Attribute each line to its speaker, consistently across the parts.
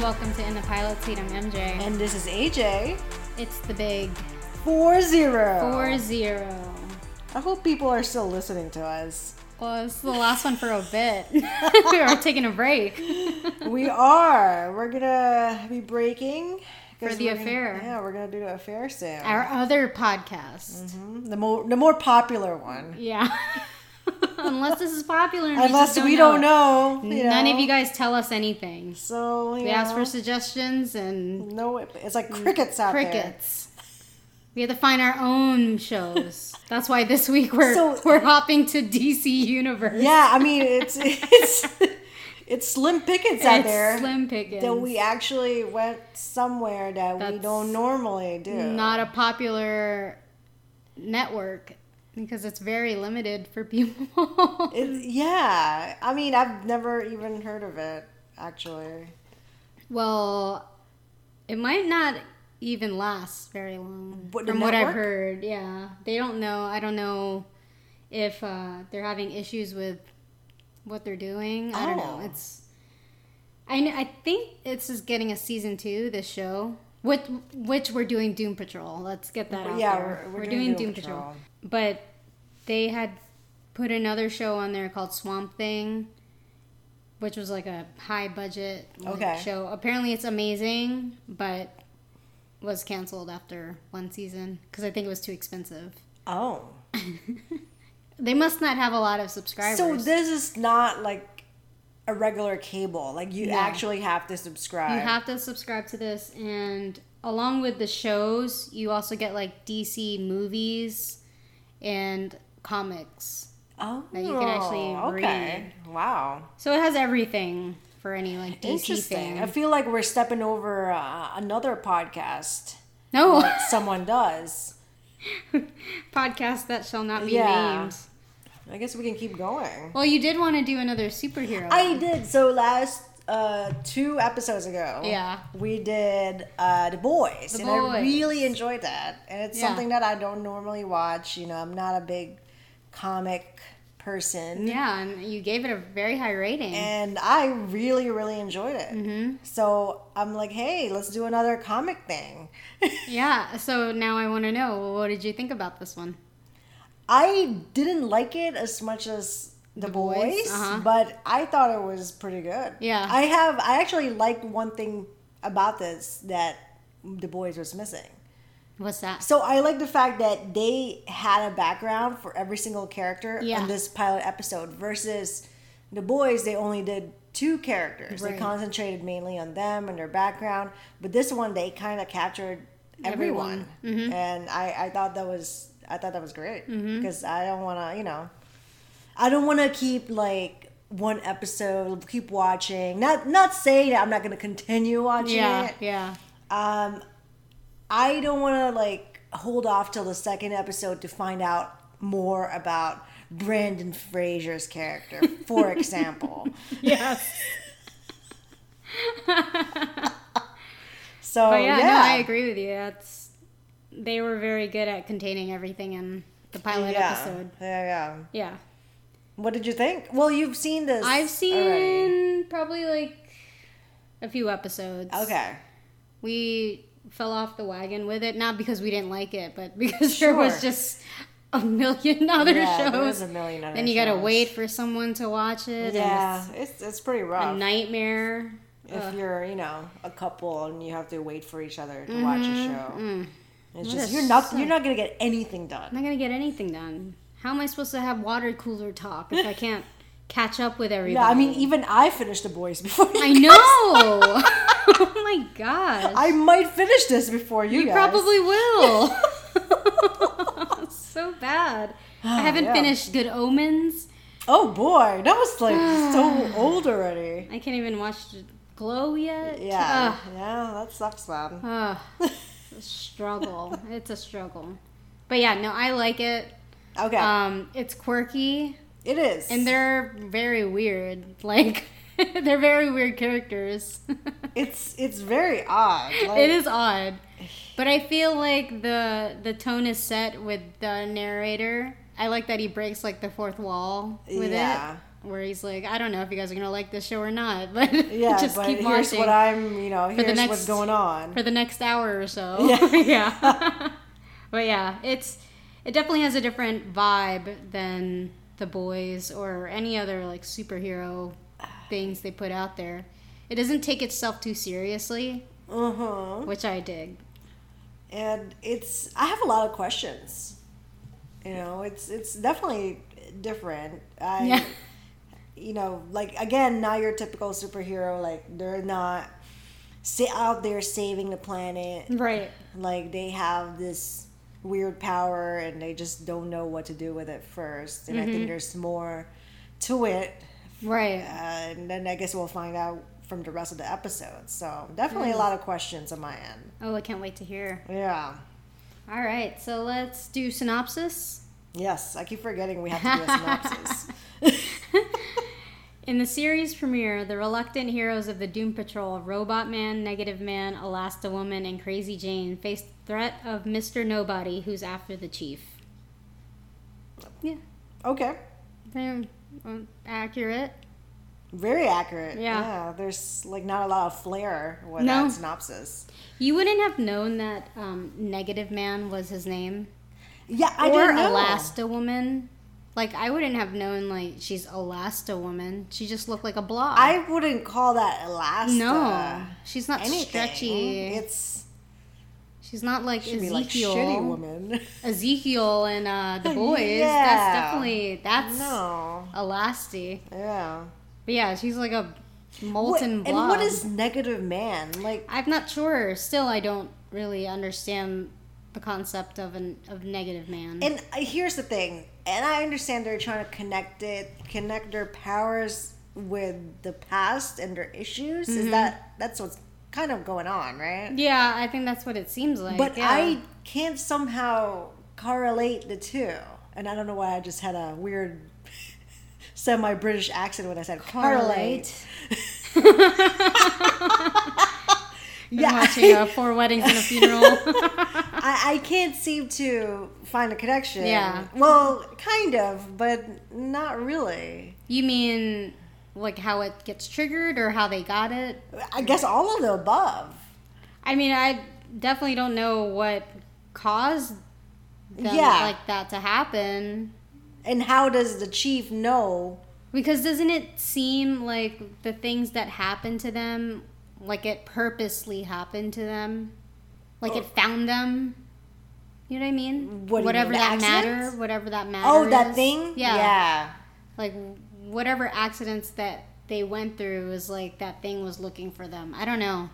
Speaker 1: welcome to In the Pilot Seat. I'm MJ.
Speaker 2: And this is AJ.
Speaker 1: it's the big
Speaker 2: 4 0.
Speaker 1: 4 0.
Speaker 2: I hope people are still listening to us.
Speaker 1: Well, this is the last one for a bit. we are taking a break.
Speaker 2: we are. We're going to be breaking. 'cause
Speaker 1: For the
Speaker 2: we're gonna-
Speaker 1: affair.
Speaker 2: yeah, we're going to do the affair soon.
Speaker 1: Our other podcast.
Speaker 2: Mhm. the, more, the more popular one.
Speaker 1: Yeah. Unless this is popular. and
Speaker 2: Unless
Speaker 1: just don't
Speaker 2: we
Speaker 1: know
Speaker 2: don't
Speaker 1: it.
Speaker 2: know. you
Speaker 1: None
Speaker 2: know?
Speaker 1: of you guys tell us anything.
Speaker 2: So, you
Speaker 1: We ask
Speaker 2: know,
Speaker 1: for suggestions and
Speaker 2: No, it's like crickets out there.
Speaker 1: crickets. We had to find our own shows. That's why this week we're
Speaker 2: So-
Speaker 1: we're hopping to DC Universe.
Speaker 2: Yeah, I mean, it's it's it's slim pickets out
Speaker 1: it's
Speaker 2: there.
Speaker 1: Slim Pickens.
Speaker 2: that we actually went somewhere that we
Speaker 1: That's
Speaker 2: don't normally do.
Speaker 1: not a popular network because it's very limited for people.
Speaker 2: It, yeah, I mean, I've never even heard of it actually.
Speaker 1: well, it might not even last very long
Speaker 2: What, the
Speaker 1: from what I've
Speaker 2: network?
Speaker 1: heard. Yeah, they don't know. I don't know if uh, they're having issues with what they're doing. I don't know.
Speaker 2: Oh.
Speaker 1: It's I know, I think it's just getting a season two. This show. Which, which we're doing Doom Patrol. Let's get that out
Speaker 2: yeah,
Speaker 1: there.
Speaker 2: we're, we're,
Speaker 1: doing, Doom Patrol. but they had put another show on there called Swamp Thing, which was like a high budget like,
Speaker 2: Okay.
Speaker 1: show. Apparently, it's amazing, but was canceled after one season because I think it was too expensive.
Speaker 2: Oh,
Speaker 1: They must not have a lot of subscribers.
Speaker 2: so this is not like a regular cable. Like you
Speaker 1: No.
Speaker 2: actually have to subscribe.
Speaker 1: you have to subscribe to this, and along with the shows, you also get like DC movies and comics.
Speaker 2: oh,
Speaker 1: that you can actually
Speaker 2: okay. Wow,
Speaker 1: So it has everything for any like DC
Speaker 2: interesting. I
Speaker 1: fan.
Speaker 2: feel like we're stepping over uh, another podcast
Speaker 1: No.
Speaker 2: that someone does.
Speaker 1: podcast that shall not be
Speaker 2: Yeah.
Speaker 1: named.
Speaker 2: I guess we can keep going.
Speaker 1: Well, you did want to do another superhero.
Speaker 2: I did. So last uh two episodes ago.
Speaker 1: Yeah.
Speaker 2: We did uh The Boys.
Speaker 1: The
Speaker 2: and I
Speaker 1: Boys.
Speaker 2: really enjoyed that. And it's
Speaker 1: Yeah.
Speaker 2: something that I don't normally watch. You know, I'm not a big comic person.
Speaker 1: yeah, and you gave it a very high rating.
Speaker 2: And I really, really enjoyed it.
Speaker 1: hmm
Speaker 2: So I'm like, hey, let's do another comic thing.
Speaker 1: Yeah, so now I want to know well, what did you think about this one?
Speaker 2: I didn't like it as much as the,
Speaker 1: The Boys,
Speaker 2: boys,
Speaker 1: uh-huh.
Speaker 2: but I thought it was pretty good.
Speaker 1: Yeah.
Speaker 2: I have I actually liked one thing about this that the boys was missing.
Speaker 1: What's that?
Speaker 2: So I like the fact that they had a background for every single character
Speaker 1: Yeah.
Speaker 2: on this pilot episode versus the boys they only did two characters. They
Speaker 1: Right.
Speaker 2: concentrated mainly on them and their background, but this one they kind of captured everyone.
Speaker 1: Mm-hmm.
Speaker 2: And I I thought that was I thought that was great because I don't want to, you know, I don't want to keep like one episode keep watching. Not not saying that I'm not going to continue watching
Speaker 1: Yeah,
Speaker 2: it.
Speaker 1: yeah.
Speaker 2: Um, I don't want to like hold off till the second episode to find out more about Brandon Fraser's character, for example.
Speaker 1: Yes.
Speaker 2: So
Speaker 1: But yeah,
Speaker 2: yeah,
Speaker 1: no, I agree with you. That's they were very good at containing everything in the pilot
Speaker 2: yeah.
Speaker 1: episode.
Speaker 2: Yeah, yeah.
Speaker 1: Yeah.
Speaker 2: What did you think? Well, you've seen this.
Speaker 1: I've seen
Speaker 2: already.
Speaker 1: probably like a few episodes.
Speaker 2: Okay.
Speaker 1: we fell off the wagon with it not because we didn't like it but because there was
Speaker 2: Sure.
Speaker 1: just a million other
Speaker 2: yeah,
Speaker 1: shows
Speaker 2: there was a million other
Speaker 1: then you gotta
Speaker 2: shows.
Speaker 1: wait for someone to watch it
Speaker 2: Yeah,
Speaker 1: and
Speaker 2: it's it's pretty
Speaker 1: it's
Speaker 2: rough
Speaker 1: a nightmare
Speaker 2: if
Speaker 1: Ugh.
Speaker 2: you're you know a couple and you have to wait for each other to watch a show.
Speaker 1: Mm.
Speaker 2: It's
Speaker 1: What
Speaker 2: just
Speaker 1: a
Speaker 2: you're not
Speaker 1: suck.
Speaker 2: you're not gonna get anything
Speaker 1: i'm
Speaker 2: done.
Speaker 1: not gonna get anything done how am i supposed to have water cooler talk if i can't catch up with everybody
Speaker 2: Yeah, I mean even I finished the boys before. you
Speaker 1: i know oh my god
Speaker 2: I might finish this before you,
Speaker 1: you
Speaker 2: guys.
Speaker 1: probably will so bad i haven't
Speaker 2: yeah.
Speaker 1: finished good omens
Speaker 2: Oh boy, that was like so old already.
Speaker 1: I can't even watch the Glow yet.
Speaker 2: Yeah, yeah, that sucks, man.
Speaker 1: Ugh, ugh, it's a struggle. It's a struggle. But yeah, no, I like it.
Speaker 2: Okay,
Speaker 1: Um, it's quirky
Speaker 2: it is.
Speaker 1: and they're very weird. Like they're very weird characters.
Speaker 2: it's it's very odd. Like,
Speaker 1: it is odd, but I feel like the the tone is set with the narrator. I like that he breaks like the fourth wall with it.
Speaker 2: yeah,
Speaker 1: where he's like, I don't know if you guys are gonna like this show or not, but
Speaker 2: Yeah,
Speaker 1: just
Speaker 2: but
Speaker 1: keep
Speaker 2: here's
Speaker 1: watching
Speaker 2: what I'm, you know, here's
Speaker 1: next-
Speaker 2: what's going on.
Speaker 1: for the next hour or so.
Speaker 2: Yeah.
Speaker 1: yeah. but yeah, it's it definitely has a different vibe than the boys or any other like superhero things they put out there. It doesn't take itself too seriously,
Speaker 2: Uh huh.
Speaker 1: which I dig.
Speaker 2: And it's I have a lot of questions. You know, it's it's definitely different. I
Speaker 1: Yeah.
Speaker 2: you know, like again, not your typical superhero. Like they're not sit out there saving the planet.
Speaker 1: Right.
Speaker 2: Like they have this weird power and they just don't know what to do with it first. And I think there's more to it
Speaker 1: Right.
Speaker 2: Uh, and then I guess we'll find out from the rest of the episode. So definitely a lot of questions on my end.
Speaker 1: Oh, I can't wait to hear.
Speaker 2: Yeah.
Speaker 1: All right, so let's do synopsis.
Speaker 2: Yes, I keep forgetting we have to do a synopsis.
Speaker 1: In the series premiere, the reluctant heroes of the Doom Patrol, Robot Man, Negative Man, Elasta Woman, and Crazy Jane, face the threat of Mr. Nobody, who's after the chief. Yeah,
Speaker 2: okay.
Speaker 1: they're um, accurate.
Speaker 2: Very accurate.
Speaker 1: Yeah.
Speaker 2: There's like not a lot of flair with
Speaker 1: No.
Speaker 2: that synopsis.
Speaker 1: You wouldn't have known that um, Negative Man was his name,
Speaker 2: Yeah, I
Speaker 1: or
Speaker 2: didn't know.
Speaker 1: Elasta Woman. Like I wouldn't have known like she's Elasta Woman. She just looked like a blob.
Speaker 2: I wouldn't call that Elasta.
Speaker 1: no, she's not
Speaker 2: Anything.
Speaker 1: stretchy.
Speaker 2: It's
Speaker 1: she's not like
Speaker 2: should
Speaker 1: Ezekiel.
Speaker 2: be like shitty woman.
Speaker 1: Ezekiel and uh, the boys.
Speaker 2: Yeah.
Speaker 1: That's definitely that's
Speaker 2: no.
Speaker 1: Elasti.
Speaker 2: Yeah.
Speaker 1: But yeah, she's like a
Speaker 2: What-
Speaker 1: molten
Speaker 2: and
Speaker 1: blob.
Speaker 2: what is negative man? Like
Speaker 1: I'm not sure. Still, I don't really understand the concept of an of negative man.
Speaker 2: And uh, here's the thing, and I understand they're trying to connect it, connect their powers with the past and their issues. Is that that's what's kind of going on, right?
Speaker 1: Mm-hmm. yeah, I think that's what it seems like.
Speaker 2: but
Speaker 1: yeah.
Speaker 2: I can't somehow correlate the two, and I don't know why I just had a weird semi-British accent when I said correlate.
Speaker 1: I'm watching uh, four weddings and a funeral.
Speaker 2: I, I can't seem to find a connection.
Speaker 1: Yeah.
Speaker 2: Well, kind of, but not really.
Speaker 1: you mean like how it gets triggered or how they got it?
Speaker 2: I guess all of the above.
Speaker 1: I mean, I definitely don't know what caused them
Speaker 2: Yeah.
Speaker 1: like that to happen.
Speaker 2: And how does the chief know?
Speaker 1: Because doesn't it seem like the things that happened to them, like it purposely happened to them, like it found them? You know what I mean?
Speaker 2: Oh. What do you
Speaker 1: whatever
Speaker 2: mean, the
Speaker 1: that matter,
Speaker 2: accidents?
Speaker 1: whatever that matter.
Speaker 2: Oh, that
Speaker 1: is.
Speaker 2: thing?
Speaker 1: Yeah.
Speaker 2: Yeah.
Speaker 1: Like whatever accidents that they went through was like that thing was looking for them. I don't know.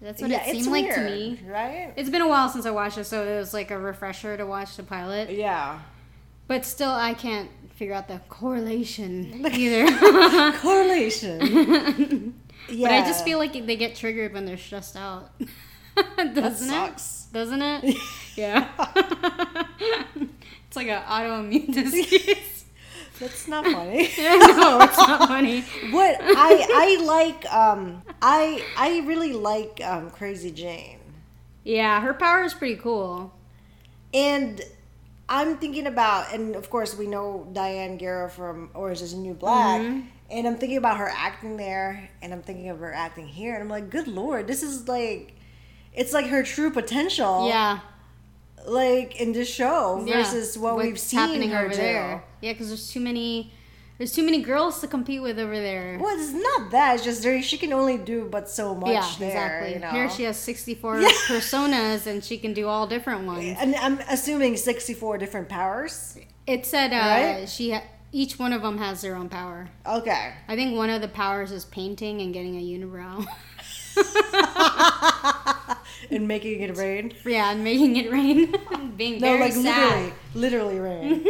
Speaker 1: That's what
Speaker 2: Yeah,
Speaker 1: it seemed
Speaker 2: it's
Speaker 1: like to
Speaker 2: weird,
Speaker 1: me.
Speaker 2: Right?
Speaker 1: It's been a while since I watched it, so it was like a refresher to watch the pilot.
Speaker 2: Yeah.
Speaker 1: But still, I can't figure out the correlation either.
Speaker 2: Correlation. Yeah.
Speaker 1: But I just feel like they get triggered when they're stressed out. Doesn't
Speaker 2: that sucks.
Speaker 1: it? Doesn't it? yeah. it's like an autoimmune disease.
Speaker 2: That's not funny.
Speaker 1: Yeah, no, it's not funny.
Speaker 2: what I I like um I I really like um Crazy Jane.
Speaker 1: Yeah, her power is pretty cool.
Speaker 2: And I'm thinking about, and of course we know Diane Guerra from Orange Is the New Black,
Speaker 1: Mm-hmm.
Speaker 2: and I'm thinking about her acting there, and I'm thinking of her acting here, and I'm like, good lord, this is like, it's like her true potential,
Speaker 1: Yeah.
Speaker 2: like in this show
Speaker 1: yeah.
Speaker 2: versus what
Speaker 1: What's
Speaker 2: we've seen her do.
Speaker 1: Yeah, because there's too many. There's too many girls to compete with over there.
Speaker 2: Well, it's not that. It's just there, she can only do but so much
Speaker 1: yeah,
Speaker 2: there.
Speaker 1: exactly.
Speaker 2: You know?
Speaker 1: Here she has 64
Speaker 2: Yeah.
Speaker 1: personas, and she can do all different ones.
Speaker 2: and I'm assuming 64 different powers.
Speaker 1: It said uh,
Speaker 2: Right?
Speaker 1: she ha- each one of them has their own power.
Speaker 2: Okay.
Speaker 1: I think one of the powers is painting and getting a unibrow.
Speaker 2: and making it rain.
Speaker 1: yeah, and making it rain. Being
Speaker 2: No,
Speaker 1: very
Speaker 2: like
Speaker 1: sad.
Speaker 2: literally, literally rain.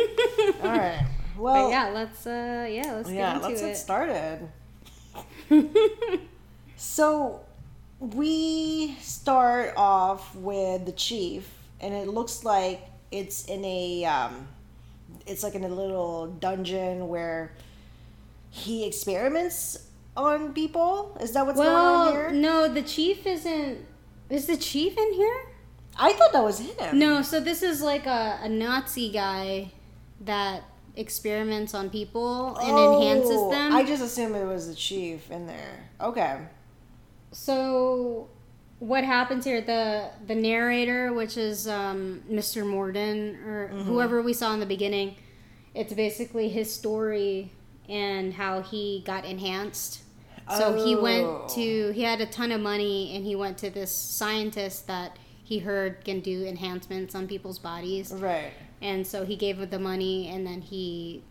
Speaker 2: All right. Well,
Speaker 1: But yeah, let's uh yeah, let's
Speaker 2: yeah,
Speaker 1: get into
Speaker 2: let's
Speaker 1: it.
Speaker 2: get started. So we start off with the chief, and it looks like it's in a um, it's like in a little dungeon where he experiments on people. Is that what's going
Speaker 1: well,
Speaker 2: on here?
Speaker 1: no, the chief isn't is the chief in here?
Speaker 2: I thought that was him.
Speaker 1: No, so this is like a, a Nazi guy that experiments on people and
Speaker 2: Oh,
Speaker 1: enhances them.
Speaker 2: I just assumed it was the chief in there. Okay.
Speaker 1: So what happens here the the narrator which is um, Mr. Morden or
Speaker 2: Mm-hmm.
Speaker 1: whoever we saw in the beginning it's basically his story and how he got enhanced. So he
Speaker 2: Oh.
Speaker 1: went to he had a ton of money and he went to this scientist that he heard can do enhancements on people's bodies
Speaker 2: Right.
Speaker 1: and so he gave the money and then he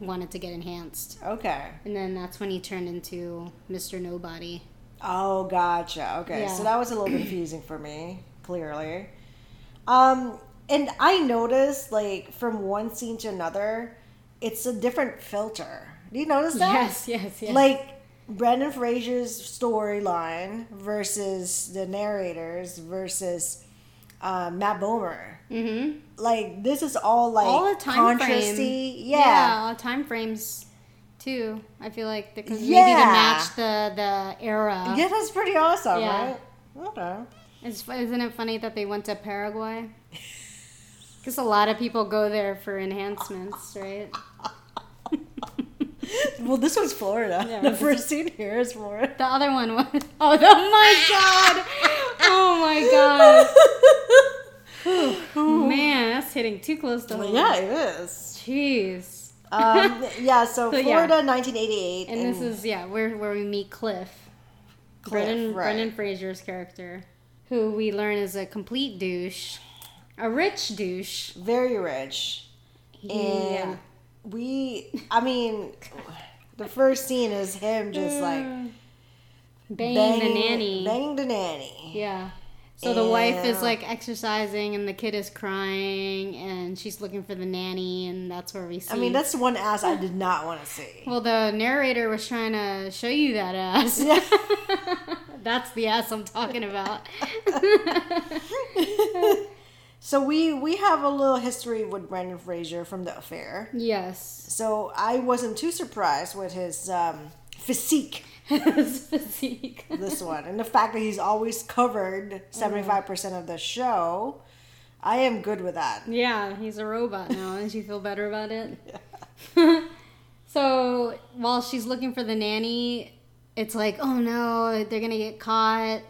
Speaker 1: wanted to get enhanced
Speaker 2: Okay.
Speaker 1: and then that's when he turned into Mr. Nobody.
Speaker 2: Oh, gotcha. Okay,
Speaker 1: Yeah.
Speaker 2: so that was a little confusing for me, clearly. Um, and I noticed, like, from one scene to another, it's a different filter. Do you notice that?
Speaker 1: Yes, yes, yes.
Speaker 2: Like, Brendan Fraser's storyline versus the narrators versus uh, Matt Bomer.
Speaker 1: mm-hmm.
Speaker 2: Like, this is all, like,
Speaker 1: all the time frame.
Speaker 2: contrasty.
Speaker 1: yeah,
Speaker 2: Yeah.
Speaker 1: all the time frames too. I feel like because maybe to
Speaker 2: Yeah.
Speaker 1: match the the era.
Speaker 2: yeah. that's pretty awesome,
Speaker 1: Yeah.
Speaker 2: right? Okay.
Speaker 1: It's, fu- isn't it funny that they went to Paraguay? Because a lot of people go there for enhancements, right?
Speaker 2: Well, this was Florida.
Speaker 1: Yeah,
Speaker 2: the
Speaker 1: this
Speaker 2: first scene here is Florida.
Speaker 1: The other one was oh, the- oh my god, oh my god, man, that's hitting too close to
Speaker 2: Well,
Speaker 1: home.
Speaker 2: yeah, it is.
Speaker 1: jeez.
Speaker 2: Um, yeah, so,
Speaker 1: So, yeah.
Speaker 2: Florida, 1988.
Speaker 1: And this is yeah, where where we meet Cliff,
Speaker 2: Cliff,
Speaker 1: Brendan
Speaker 2: right.
Speaker 1: Brendan Fraser's character, who we learn is a complete douche, a rich douche. uh,
Speaker 2: very rich. And
Speaker 1: Yeah.
Speaker 2: we, I mean, the first scene is him just like
Speaker 1: Bang Mm.
Speaker 2: banging
Speaker 1: the nanny.
Speaker 2: Banging the nanny.
Speaker 1: Yeah. So the wife is
Speaker 2: Yeah.
Speaker 1: like exercising and the kid is crying and she's looking for the nanny and that's where we see.
Speaker 2: I mean, that's the one ass I did not want to see.
Speaker 1: well, the narrator was trying to show you that ass.
Speaker 2: Yeah.
Speaker 1: that's the ass I'm talking about.
Speaker 2: So we we have a little history with Brandon Fraser from The Affair.
Speaker 1: yes.
Speaker 2: So I wasn't too surprised with his um, physique
Speaker 1: His physique.
Speaker 2: this one and the fact that he's always covered
Speaker 1: Mm-hmm.
Speaker 2: 75% of the show i am good with that
Speaker 1: Yeah, he's a robot now. Does she feel better about it? so while she's looking for the nanny, it's like, oh no, they're gonna get caught.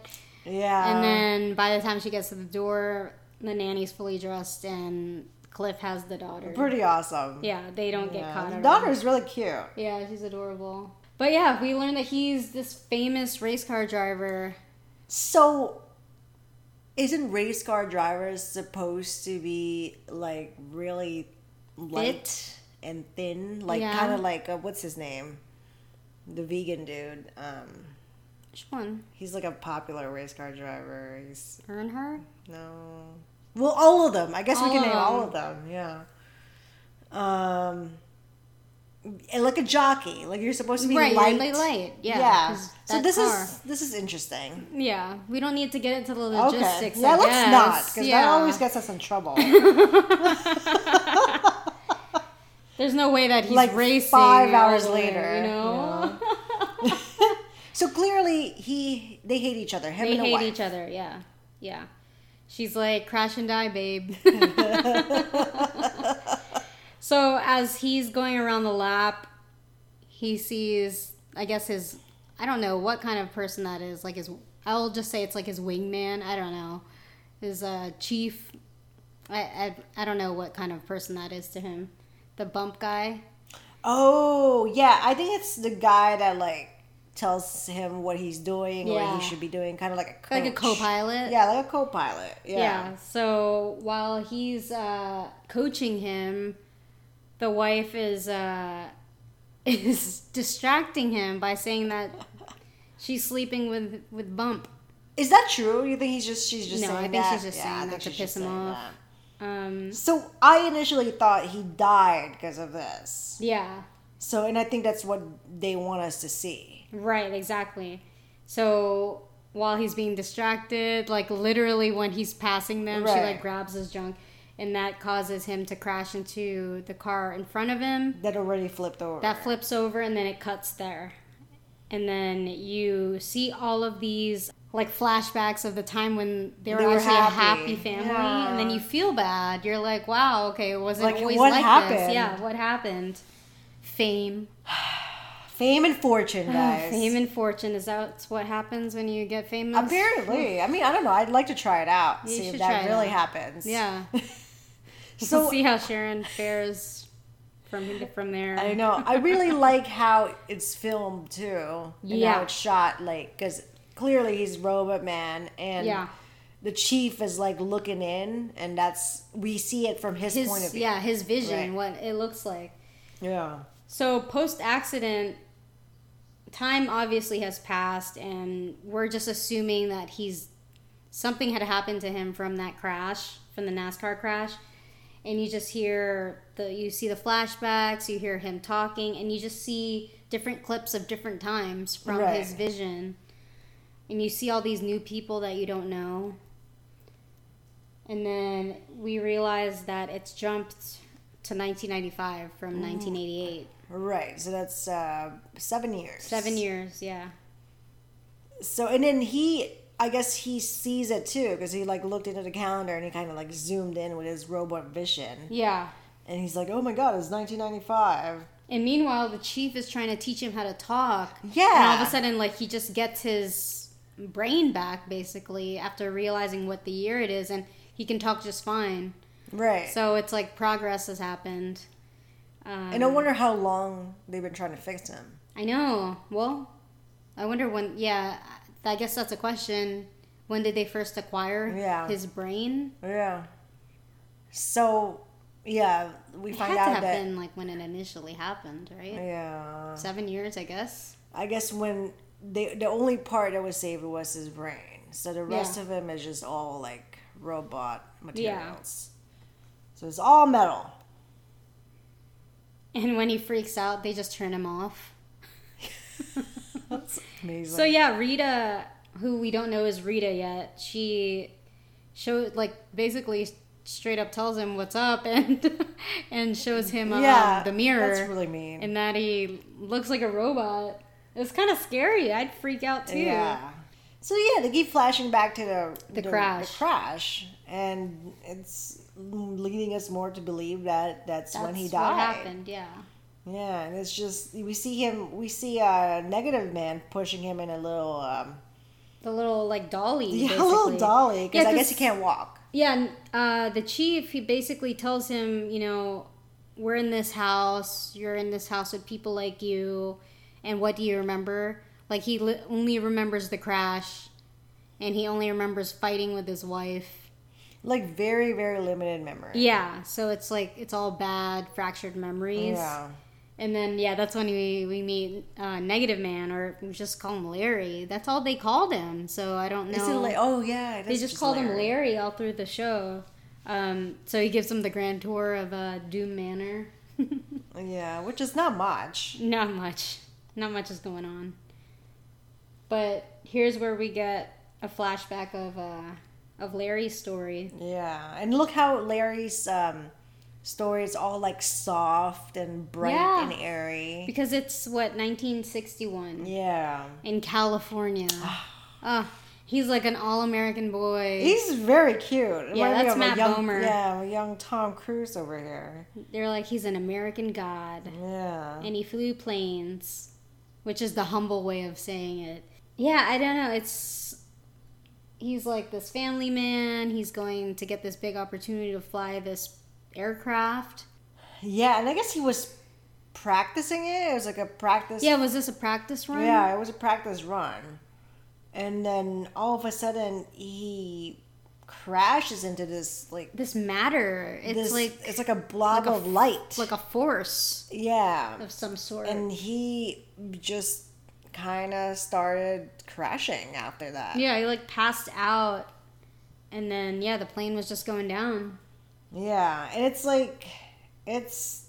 Speaker 2: yeah
Speaker 1: And then by the time she gets to the door, the nanny's fully dressed and Cliff has the daughter.
Speaker 2: pretty awesome
Speaker 1: yeah, they don't get
Speaker 2: Yeah.
Speaker 1: caught.
Speaker 2: the
Speaker 1: at all.
Speaker 2: daughter is really cute
Speaker 1: Yeah, she's adorable. But yeah, we learn that he's this famous race car driver.
Speaker 2: so isn't race car drivers supposed to be like really light and thin like
Speaker 1: Yeah.
Speaker 2: kind of like uh what's his name the vegan dude um
Speaker 1: Which one?
Speaker 2: he's like a popular race car driver he's
Speaker 1: Earnhardt?
Speaker 2: No. Well, all of them. I guess
Speaker 1: All
Speaker 2: we can
Speaker 1: of
Speaker 2: name all
Speaker 1: them.
Speaker 2: of them. Yeah. Um, and like a jockey, like you're supposed to be
Speaker 1: Right,
Speaker 2: light.
Speaker 1: you're li- light. Yeah.
Speaker 2: yeah.
Speaker 1: 'cause
Speaker 2: So
Speaker 1: that
Speaker 2: this
Speaker 1: car.
Speaker 2: is this is interesting.
Speaker 1: Yeah, we don't need to get into the logistics.
Speaker 2: okay. Yeah,
Speaker 1: I
Speaker 2: let's
Speaker 1: guess.
Speaker 2: not, because that
Speaker 1: Yeah.
Speaker 2: always gets us in trouble.
Speaker 1: There's no way that he's
Speaker 2: Like,
Speaker 1: racing
Speaker 2: five
Speaker 1: all
Speaker 2: hours
Speaker 1: the way,
Speaker 2: later,
Speaker 1: You know,
Speaker 2: so clearly, he they hate each other. Him
Speaker 1: they
Speaker 2: and the
Speaker 1: hate
Speaker 2: wife.
Speaker 1: each other. Yeah, yeah. She's like crash and die, babe. so as he's going around the lap, he sees, I guess his, I don't know what kind of person that is. Like his, I'll just say it's like his wingman. I don't know, his uh, chief. I, I I don't know what kind of person that is to him. The bump guy.
Speaker 2: Oh yeah, I think it's the guy that like tells him what he's doing or
Speaker 1: Yeah.
Speaker 2: what he should be doing, kind of like a coach.
Speaker 1: Like a co-pilot?
Speaker 2: Yeah, like a co-pilot.
Speaker 1: Yeah.
Speaker 2: Yeah.
Speaker 1: So while he's uh, coaching him, the wife is uh, is distracting him by saying that she's sleeping with with Bump.
Speaker 2: Is that true? You think he's just she's just
Speaker 1: No, I
Speaker 2: saying
Speaker 1: think
Speaker 2: that?
Speaker 1: she's just saying
Speaker 2: I
Speaker 1: that
Speaker 2: think
Speaker 1: to
Speaker 2: she's
Speaker 1: piss
Speaker 2: just
Speaker 1: him
Speaker 2: saying
Speaker 1: off.
Speaker 2: that.
Speaker 1: Um,
Speaker 2: So I initially thought he died because of this.
Speaker 1: yeah.
Speaker 2: So and I think that's what they want us to see.
Speaker 1: Right. Exactly. So while he's being distracted, like literally when he's passing them, she
Speaker 2: Right.
Speaker 1: like grabs his junk, and that causes him to crash into the car in front of him.
Speaker 2: That already flipped over.
Speaker 1: That flips over and then it cuts there. And then you see all of these like flashbacks of the time when they were
Speaker 2: They were
Speaker 1: actually
Speaker 2: happy.
Speaker 1: a happy family,
Speaker 2: Yeah.
Speaker 1: and then you feel bad. You're like, wow, okay, it wasn't
Speaker 2: Like,
Speaker 1: always
Speaker 2: what
Speaker 1: like this.
Speaker 2: happened?
Speaker 1: Yeah, what happened? Fame,
Speaker 2: Fame and fortune, guys.
Speaker 1: Oh, fame and fortune is that what happens when you get famous?
Speaker 2: Apparently, I mean, I don't know. I'd like to try it out.
Speaker 1: You
Speaker 2: see if
Speaker 1: should try it
Speaker 2: that really
Speaker 1: out.
Speaker 2: happens.
Speaker 1: yeah. So
Speaker 2: So
Speaker 1: see how Sharon fares from from there.
Speaker 2: I know. I really like how it's filmed too. And
Speaker 1: Yeah.
Speaker 2: How it's shot, like, because clearly he's Robot Man, and
Speaker 1: Yeah.
Speaker 2: the chief is like looking in, and that's we see it from his,
Speaker 1: his
Speaker 2: point of view.
Speaker 1: yeah his vision
Speaker 2: Right.
Speaker 1: what it looks like.
Speaker 2: Yeah.
Speaker 1: So post accident, time obviously has passed, and we're just assuming that he's something had happened to him from that crash, from the NASCAR crash. And you just hear the you see the flashbacks, you hear him talking, and you just see different clips of different times from
Speaker 2: Right.
Speaker 1: his vision. And you see all these new people that you don't know. And then we realize that it's jumped to 1995 from 1988.
Speaker 2: Right. So that's uh, seven years.
Speaker 1: Seven years, yeah.
Speaker 2: So and then he, I guess he sees it too because he like looked into the calendar and he kind of like zoomed in with his robot vision,
Speaker 1: Yeah.
Speaker 2: and he's like, "Oh my god, it's 1995."
Speaker 1: And meanwhile, the chief is trying to teach him how to talk. And all of
Speaker 2: Yeah.
Speaker 1: a sudden, like, he just gets his brain back, basically, after realizing what the year it is, and he can talk just fine.
Speaker 2: Right.
Speaker 1: So it's like progress has happened. Um,
Speaker 2: and I wonder how long they've been trying to fix him.
Speaker 1: I know. Well, I wonder when, yeah, I guess that's a question. When did they first acquire
Speaker 2: Yeah.
Speaker 1: his brain?
Speaker 2: Yeah. So, yeah, we
Speaker 1: It
Speaker 2: find
Speaker 1: had to
Speaker 2: out
Speaker 1: have
Speaker 2: that.
Speaker 1: been like when it initially happened, right?
Speaker 2: Yeah.
Speaker 1: Seven years, I guess.
Speaker 2: I guess when they, the only part that was saved was his brain. So the rest
Speaker 1: Yeah.
Speaker 2: of him is just all like robot
Speaker 1: Yeah.
Speaker 2: materials. So it's all metal.
Speaker 1: And when he freaks out, they just turn him off.
Speaker 2: That's amazing.
Speaker 1: So yeah, Rita, who we don't know is Rita yet, she showed like basically straight up tells him what's up and and shows him um, the mirror
Speaker 2: That's really mean.
Speaker 1: and that he looks like a robot. It's kind of scary. I'd freak out too.
Speaker 2: Yeah. So yeah, they keep flashing back to the
Speaker 1: The crash.
Speaker 2: the crash, and it's leading us more to believe that that's,
Speaker 1: That's
Speaker 2: when he
Speaker 1: What
Speaker 2: died.
Speaker 1: happened? Yeah.
Speaker 2: Yeah, and it's just we see him, we see a negative man pushing him in a little, um,
Speaker 1: The little like dolly.
Speaker 2: yeah, a
Speaker 1: basically.
Speaker 2: little dolly because
Speaker 1: Yeah,
Speaker 2: I guess
Speaker 1: 'cause-
Speaker 2: he can't walk.
Speaker 1: Yeah, and, uh, the chief he basically tells him, you know, we're in this house. You're in this house with people like you, and what do you remember? Like he li- only remembers the crash, and he only remembers fighting with his wife.
Speaker 2: Like very, very limited memory.
Speaker 1: Yeah, so it's like it's all bad, fractured memories.
Speaker 2: Yeah.
Speaker 1: And then yeah, that's when we we meet uh, Negative Man, or we just call him Larry. That's all they called him. So I don't know.
Speaker 2: Is it like oh yeah?
Speaker 1: They just called him Larry all through the show. Um, so he gives them the grand tour of uh, Doom Manor.
Speaker 2: Larry. Yeah, which is not much.
Speaker 1: Not much. Not much is going on. But here's where we get a flashback of uh, of Larry's story.
Speaker 2: Yeah, and look how Larry's um, story is all like soft and bright
Speaker 1: Yeah.
Speaker 2: and airy.
Speaker 1: Because it's what 1961
Speaker 2: Yeah,
Speaker 1: in California. Ah, he's like an all-American boy.
Speaker 2: he's very cute. Reminds me
Speaker 1: that's
Speaker 2: of a
Speaker 1: Matt
Speaker 2: young,
Speaker 1: Bomer.
Speaker 2: Yeah, a young Tom Cruise over here.
Speaker 1: They're like he's an American god.
Speaker 2: Yeah,
Speaker 1: and he flew planes, which is the humble way of saying it. Yeah, I don't know. It's he's like this family man. He's going to get this big opportunity to fly this aircraft.
Speaker 2: yeah, and I guess he was practicing it. It was like a practice.
Speaker 1: Yeah, was this a practice run?
Speaker 2: Yeah, it was a practice run. And then all of a sudden he crashes into this like
Speaker 1: This matter. It's
Speaker 2: this
Speaker 1: like
Speaker 2: it's like a blob
Speaker 1: like a
Speaker 2: of light.
Speaker 1: like a force
Speaker 2: yeah.
Speaker 1: of some sort.
Speaker 2: And he just kind of started crashing after that.
Speaker 1: yeah, he like passed out, and then yeah, the plane was just going down.
Speaker 2: Yeah, and it's like it's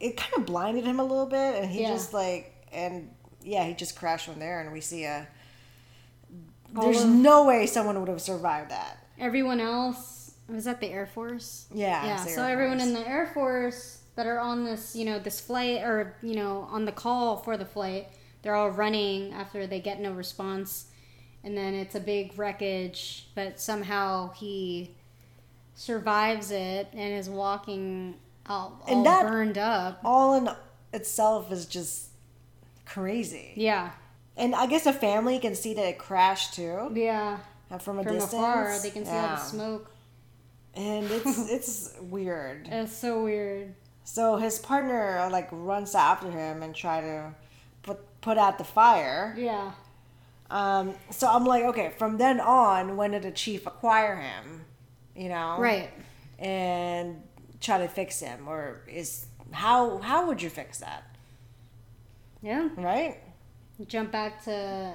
Speaker 2: it kind of blinded him a little bit, and he
Speaker 1: Yeah.
Speaker 2: just like and yeah, he just crashed from there, and we see a.
Speaker 1: All
Speaker 2: There's
Speaker 1: of-
Speaker 2: no way someone would have survived that.
Speaker 1: Everyone else was that the Air Force.
Speaker 2: Yeah.
Speaker 1: yeah
Speaker 2: it's
Speaker 1: so
Speaker 2: Air
Speaker 1: everyone
Speaker 2: Force.
Speaker 1: in the air force that are on this you know this flight or you know on the call for the flight they're all running after they get no response and then it's a big wreckage, but somehow he survives it and is walking all,
Speaker 2: And
Speaker 1: all
Speaker 2: that-
Speaker 1: burned up.
Speaker 2: All in itself is just crazy.
Speaker 1: Yeah,
Speaker 2: And I guess a family can see that it crashed too
Speaker 1: yeah.
Speaker 2: uh, from a
Speaker 1: From
Speaker 2: distance.
Speaker 1: afar, they can see all
Speaker 2: Yeah.
Speaker 1: the smoke.
Speaker 2: And it's it's weird.
Speaker 1: It's so weird.
Speaker 2: So his partner uh, like runs after him and try to put put out the fire.
Speaker 1: Yeah,
Speaker 2: Um, so I'm like, okay, from then on, when did the chief acquire him? You know,
Speaker 1: right.
Speaker 2: And try to fix him, or is how how would you fix that,
Speaker 1: Yeah.
Speaker 2: right?
Speaker 1: Mm-hmm. Jump back to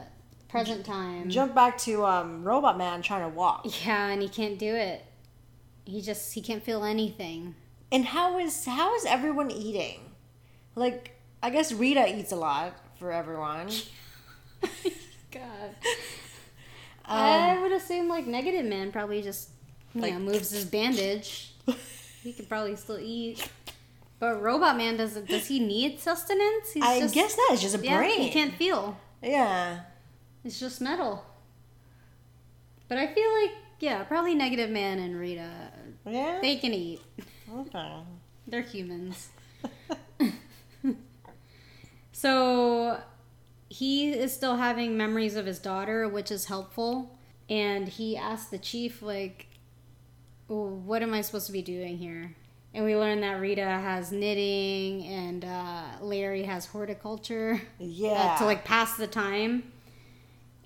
Speaker 1: present time.
Speaker 2: Jump back to um, Robot Man trying to walk,
Speaker 1: Yeah, and he can't do it. He just he can't feel anything.
Speaker 2: and how is how is everyone eating? Like, I guess Rita eats a lot for everyone.
Speaker 1: Oh God.
Speaker 2: Um,
Speaker 1: I would assume like negative man probably just you
Speaker 2: Like-
Speaker 1: know moves his bandage. he could probably still eat. But robot man does not does he need sustenance? He's
Speaker 2: I
Speaker 1: just-
Speaker 2: guess that is just a
Speaker 1: yeah,
Speaker 2: brain.
Speaker 1: he can't feel.
Speaker 2: yeah.
Speaker 1: It's just metal. But I feel like yeah, probably negative man and Rita
Speaker 2: Yeah.
Speaker 1: they can eat.
Speaker 2: okay.
Speaker 1: They're humans. so he is still having memories of his daughter, which is helpful. And he asked the chief, like, "Oh, what am I supposed to be doing here? And we learned that Rita has knitting and uh, Larry has horticulture
Speaker 2: Yeah.
Speaker 1: uh, to like pass the time.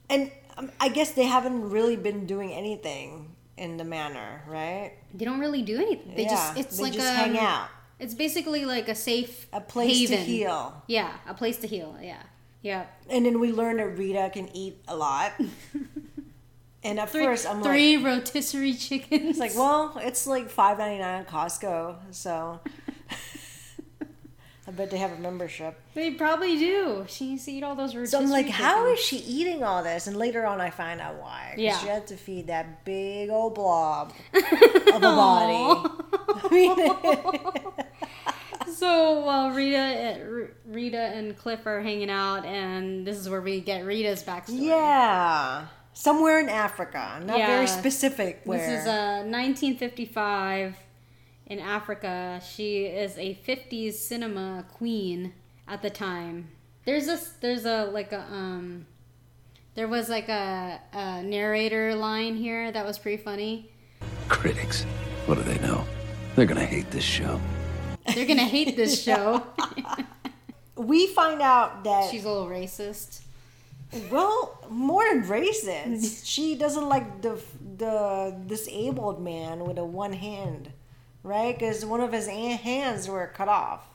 Speaker 2: And um, I guess they haven't really been doing anything in the manor, right?
Speaker 1: They don't really do anything. They just, it's
Speaker 2: they
Speaker 1: like
Speaker 2: just
Speaker 1: a,
Speaker 2: hang out,
Speaker 1: it's basically like a safe
Speaker 2: a place to
Speaker 1: haven.
Speaker 2: heal.
Speaker 1: Yeah, a place to heal. Yeah. Yeah.
Speaker 2: And then we learn that Rita can eat a lot. and at
Speaker 1: three,
Speaker 2: first, I'm like,
Speaker 1: three rotisserie chickens.
Speaker 2: it's like, well, it's like five ninety nine at Costco, so I bet they have a membership.
Speaker 1: they probably do. She used to eat all those
Speaker 2: So
Speaker 1: rotisserie.
Speaker 2: I'm like, how
Speaker 1: chickens.
Speaker 2: is she eating all this? And later on, I find out why. 'Cause
Speaker 1: Yeah.
Speaker 2: she had to feed that big old blob of a body. I mean,
Speaker 1: so while Rita, R- Rita and Cliff are hanging out, and this is where we get Rita's backstory.
Speaker 2: Yeah. Somewhere in Africa. Not
Speaker 1: Yeah.
Speaker 2: very specific where.
Speaker 1: This is uh, 1955 in Africa. She is a 50s cinema queen at the time. There's this there's a like a um there was like a, a narrator line here that was pretty funny.
Speaker 3: Critics. What do they know? They're gonna hate this show.
Speaker 1: They're gonna hate this show.
Speaker 2: we find out that
Speaker 1: She's a little racist.
Speaker 2: well, more than racist. she doesn't like the the disabled man with a one hand, right? Because one of his a- hands were cut off,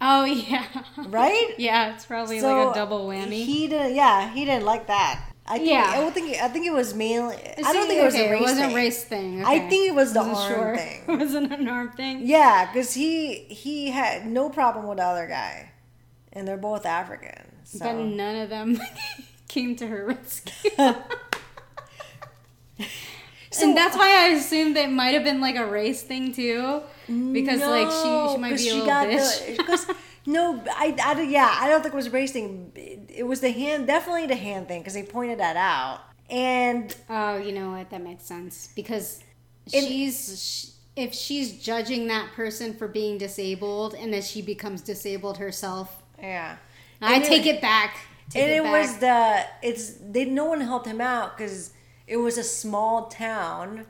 Speaker 1: Oh yeah,
Speaker 2: right?
Speaker 1: yeah. It's probably like a double whammy.
Speaker 2: He didn't. Yeah, he didn't like that. I think,
Speaker 1: Yeah.
Speaker 2: I don't think. I think it was mainly. I don't think it was
Speaker 1: okay,
Speaker 2: a race.
Speaker 1: It wasn't
Speaker 2: thing.
Speaker 1: race thing.
Speaker 2: I
Speaker 1: okay.
Speaker 2: think it was the
Speaker 1: Wasn't sure.
Speaker 2: arm thing.
Speaker 1: It wasn't an arm thing.
Speaker 2: Yeah, because he he had no problem with the other guy, and they're both African.
Speaker 1: But
Speaker 2: So
Speaker 1: none of them came to her rescue. and that's why I assumed that it might have been like a race thing too, because like she, she might be a little bitch.
Speaker 2: Because no, I, I don't- yeah, I don't think it was racing. It, it was the hand, definitely the hand thing, because they pointed that out. And
Speaker 1: oh, you know what? That makes sense because
Speaker 2: And-
Speaker 1: she's sh if she's judging that person for being disabled and then she becomes disabled herself.
Speaker 2: yeah,
Speaker 1: I
Speaker 2: And it-
Speaker 1: take it back. Take
Speaker 2: and it,
Speaker 1: back.
Speaker 2: was the it's they no one helped him out because it was a small town,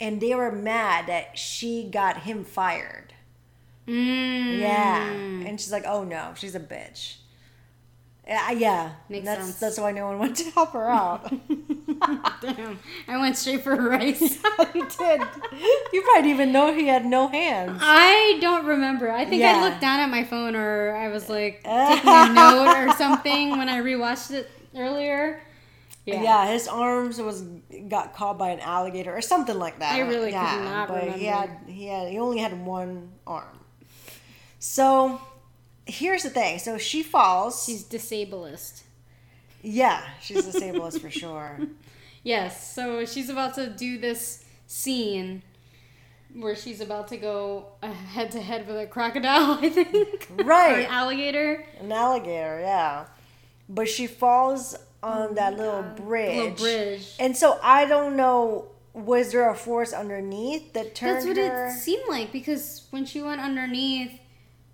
Speaker 2: and they were mad that she got him fired.
Speaker 1: Mm.
Speaker 2: Yeah, and she's like, "Oh no, she's a bitch." Yeah, yeah.
Speaker 1: Makes
Speaker 2: that's
Speaker 1: sense.
Speaker 2: that's why no one went to help her out.
Speaker 1: Damn. I went straight for rice.
Speaker 2: you did. You probably didn't even know he had no hands.
Speaker 1: I don't remember. I think I
Speaker 2: Yeah.
Speaker 1: looked down at my phone or I was like taking a note or something when I rewatched it earlier.
Speaker 2: Yeah. his arms was got caught by an alligator or something like that.
Speaker 1: I really could
Speaker 2: yeah,
Speaker 1: not
Speaker 2: but He had
Speaker 1: remember.
Speaker 2: he had he only had one arm. So here's the thing. So she falls.
Speaker 1: She's disabled.
Speaker 2: yeah, she's disabled for sure.
Speaker 1: Yes, so she's about to do this scene where she's about to go uh, head to head with a crocodile, I think. or
Speaker 2: Right.
Speaker 1: an alligator.
Speaker 2: An alligator, yeah. But she falls on that little bridge.
Speaker 1: Oh Little bridge.
Speaker 2: And so I don't know. Was there a force underneath that turned
Speaker 1: That's what
Speaker 2: her?
Speaker 1: it seemed like because when she went underneath,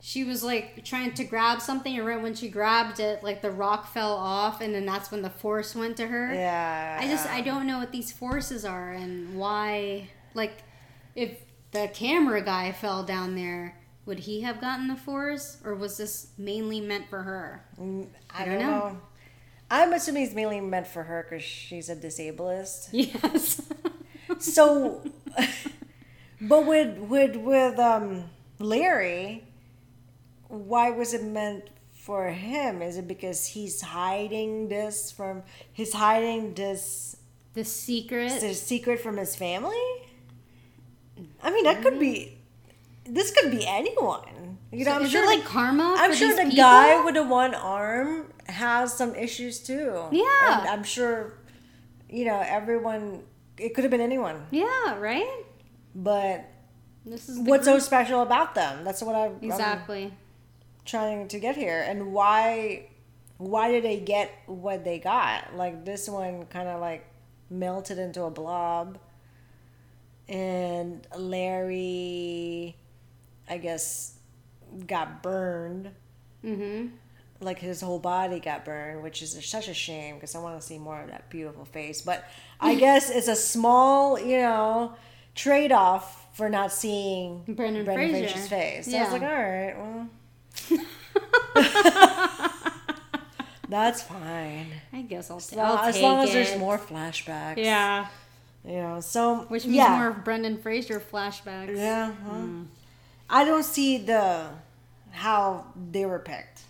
Speaker 1: she was like trying to grab something, and right when she grabbed it, like the rock fell off, and then that's when the force went to her.
Speaker 2: yeah.
Speaker 1: I just I don't know what these forces are and why. Like, if the camera guy fell down there, would he have gotten the force, or was this mainly meant for her?
Speaker 2: I,
Speaker 1: don't know.
Speaker 2: I'm assuming it's mainly meant for her because she's a disablest.
Speaker 1: Yes.
Speaker 2: So, but with with with um Larry, why was it meant for him? Is it because he's hiding this from? He's hiding this
Speaker 1: the secret.
Speaker 2: this secret from his family. I mean, that could be. This could be anyone. You know,
Speaker 1: So
Speaker 2: I'm
Speaker 1: is
Speaker 2: sure
Speaker 1: there,
Speaker 2: like
Speaker 1: like, karma
Speaker 2: I'm
Speaker 1: for
Speaker 2: sure
Speaker 1: these
Speaker 2: the
Speaker 1: people?
Speaker 2: guy with the one arm has some issues too.
Speaker 1: Yeah.
Speaker 2: and I'm sure. You know, everyone. It could have been anyone,
Speaker 1: Yeah. Right.
Speaker 2: but
Speaker 1: This is the
Speaker 2: what's
Speaker 1: group.
Speaker 2: so special about them? That's what I, am
Speaker 1: exactly.
Speaker 2: trying to get here. And why why did they get what they got? Like this one kind of like melted into a blob. And Larry I guess got burned.
Speaker 1: Mm-hmm.
Speaker 2: Like his whole body got burned, which is such a shame because I want to see more of that beautiful face. But I guess it's a small, you know, trade off for not seeing
Speaker 1: Brendan,
Speaker 2: Brendan
Speaker 1: Fraser.
Speaker 2: Fraser's face. So I
Speaker 1: Yeah.
Speaker 2: was like, all right, well, that's fine.
Speaker 1: I guess I'll, t-
Speaker 2: Well,
Speaker 1: I'll
Speaker 2: as
Speaker 1: take
Speaker 2: long
Speaker 1: it.
Speaker 2: as there's more flashbacks.
Speaker 1: Yeah.
Speaker 2: You know, so.
Speaker 1: Which means
Speaker 2: yeah.
Speaker 1: more Brendan Fraser flashbacks.
Speaker 2: Yeah. huh.
Speaker 1: Mm.
Speaker 2: I don't see the how they were picked.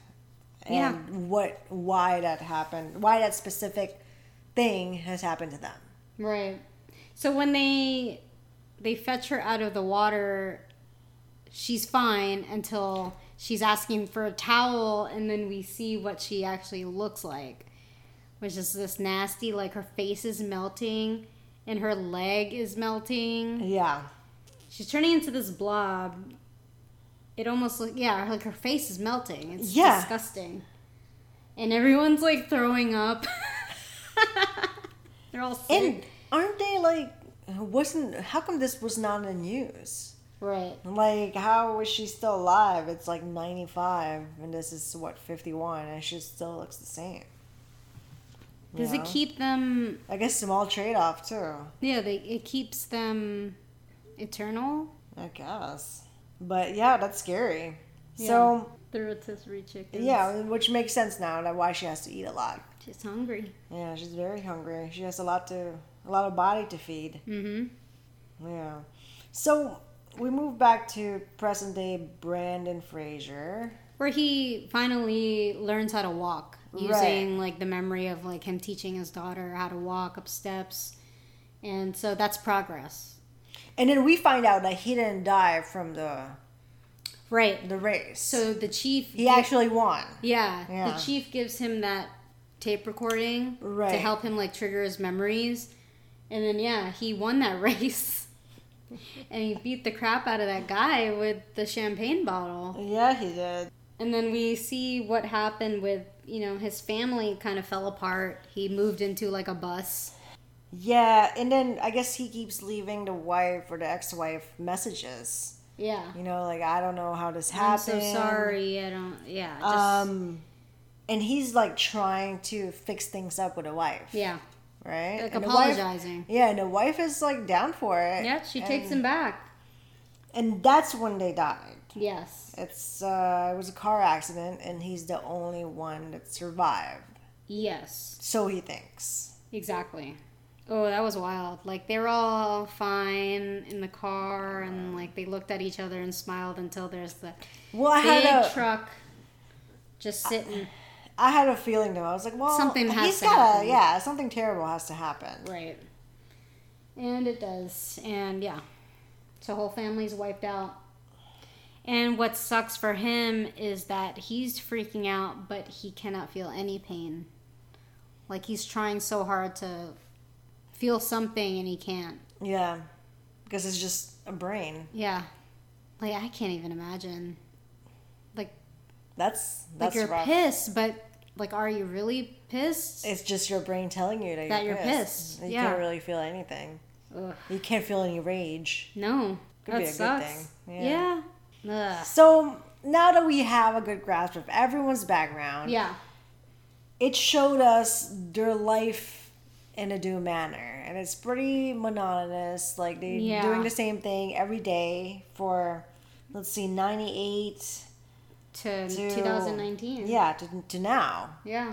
Speaker 2: And
Speaker 1: Yeah.
Speaker 2: what, why that happened, why that specific thing has happened to them.
Speaker 1: Right. So when they they fetch her out of the water, she's fine until she's asking for a towel and then we see what she actually looks like. Which is this nasty like her face is melting and her leg is melting.
Speaker 2: Yeah.
Speaker 1: She's turning into this blob. It almost look yeah, like her face is melting. It's
Speaker 2: Yeah.
Speaker 1: disgusting. And everyone's like throwing up. They're all sick.
Speaker 2: And aren't they like, wasn't, how come this was not in the news?
Speaker 1: right.
Speaker 2: Like, how is she still alive? It's like 95, and this is what, 51, and she still looks the same. You
Speaker 1: Does
Speaker 2: know?
Speaker 1: it keep them?
Speaker 2: I guess small trade off, too,
Speaker 1: Yeah, they, it keeps them eternal.
Speaker 2: I guess. But yeah, that's scary. So,
Speaker 1: the rotisserie chickens.
Speaker 2: yeah, which makes sense now that why she has to eat a lot.
Speaker 1: she's hungry.
Speaker 2: Yeah, she's very hungry. She has a lot to, a lot of body to feed.
Speaker 1: Mm-hmm.
Speaker 2: Yeah. So, we move back to present day Brandon Fraser.
Speaker 1: Where he finally learns how to walk using like the memory of like him teaching his daughter how to walk up steps, and so that's progress.
Speaker 2: And then we find out that he didn't die from the
Speaker 1: Right.
Speaker 2: the race.
Speaker 1: So the chief.
Speaker 2: he actually won.
Speaker 1: Yeah,
Speaker 2: Yeah.
Speaker 1: The chief gives him that tape recording to
Speaker 2: Right.
Speaker 1: help him like trigger his memories. And then yeah, he won that race. and he beat the crap out of that guy with the champagne bottle.
Speaker 2: Yeah, he did.
Speaker 1: And then we see what happened with, you know, his family kind of fell apart. He moved into like a bus.
Speaker 2: Yeah, and then I guess he keeps leaving the wife or the ex-wife messages.
Speaker 1: Yeah.
Speaker 2: You know, like I don't know how this
Speaker 1: I'm
Speaker 2: happened.
Speaker 1: so sorry. I don't yeah, just
Speaker 2: Um, and he's like trying to fix things up with a wife.
Speaker 1: yeah,
Speaker 2: Right.
Speaker 1: like
Speaker 2: And the wife-
Speaker 1: apologizing.
Speaker 2: yeah, and the wife is like down for it.
Speaker 1: yeah, she
Speaker 2: and,
Speaker 1: takes him back.
Speaker 2: And that's when they died.
Speaker 1: Yes.
Speaker 2: It's uh, it was a car accident, and he's the only one that survived.
Speaker 1: Yes.
Speaker 2: So he thinks.
Speaker 1: Exactly. Oh, that was wild. Like they were all fine in the car, and like they looked at each other and smiled until there's the
Speaker 2: Well, I
Speaker 1: big
Speaker 2: had a,
Speaker 1: truck just sitting.
Speaker 2: I had a feeling though. I was like, well,
Speaker 1: Something has
Speaker 2: he's
Speaker 1: to
Speaker 2: gotta,
Speaker 1: happen.
Speaker 2: yeah, something terrible has to happen.
Speaker 1: right. And it does, and yeah, so whole family's wiped out. And what sucks for him is that he's freaking out, but he cannot feel any pain. Like he's trying so hard to feel something, and he can't.
Speaker 2: Yeah, because it's just a brain.
Speaker 1: Yeah. Like I can't even imagine. Like
Speaker 2: That's
Speaker 1: like
Speaker 2: that's
Speaker 1: you're
Speaker 2: rough.
Speaker 1: pissed, but like, are you really pissed?
Speaker 2: It's just your brain telling you that,
Speaker 1: That
Speaker 2: you're,
Speaker 1: you're
Speaker 2: pissed.
Speaker 1: pissed,
Speaker 2: You
Speaker 1: yeah.
Speaker 2: can't really feel anything.
Speaker 1: Ugh,
Speaker 2: You can't feel any rage.
Speaker 1: no,
Speaker 2: Could
Speaker 1: that
Speaker 2: be a good
Speaker 1: sucks.
Speaker 2: thing,
Speaker 1: Yeah. Yeah. Ugh.
Speaker 2: So now that we have a good grasp of everyone's background,
Speaker 1: yeah.
Speaker 2: it showed us their life in a due manner. And it's pretty monotonous. Like they're
Speaker 1: Yeah.
Speaker 2: doing the same thing every day for, let's see, 98
Speaker 1: To,
Speaker 2: to
Speaker 1: 2019.
Speaker 2: Yeah, to, to now.
Speaker 1: Yeah.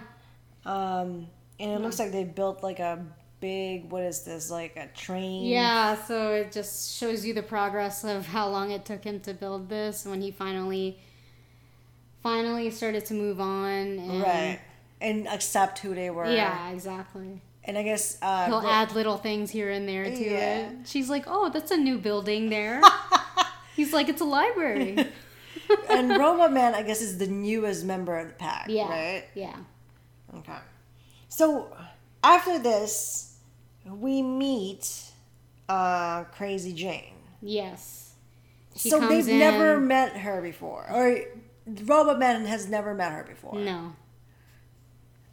Speaker 2: Um, and it looks like they built like a big, what is this, like a train?
Speaker 1: Yeah, so it just shows you the progress of how long it took him to build this when he finally finally started to move on and
Speaker 2: Right. Mm-hmm. And accept who they were.
Speaker 1: Yeah, exactly.
Speaker 2: And I guess uh,
Speaker 1: He'll
Speaker 2: Ro-
Speaker 1: add little things here and there to
Speaker 2: Yeah.
Speaker 1: it. She's like, "Oh, that's a new building there." He's like, "It's a library."
Speaker 2: and Roma Man, I guess, is the newest member of the pack.
Speaker 1: yeah.
Speaker 2: Right.
Speaker 1: Yeah.
Speaker 2: Okay. So after this, we meet uh, Crazy Jane.
Speaker 1: Yes. She
Speaker 2: so
Speaker 1: comes
Speaker 2: they've never
Speaker 1: in-
Speaker 2: met her before, or Robot Man has never met her before.
Speaker 1: No.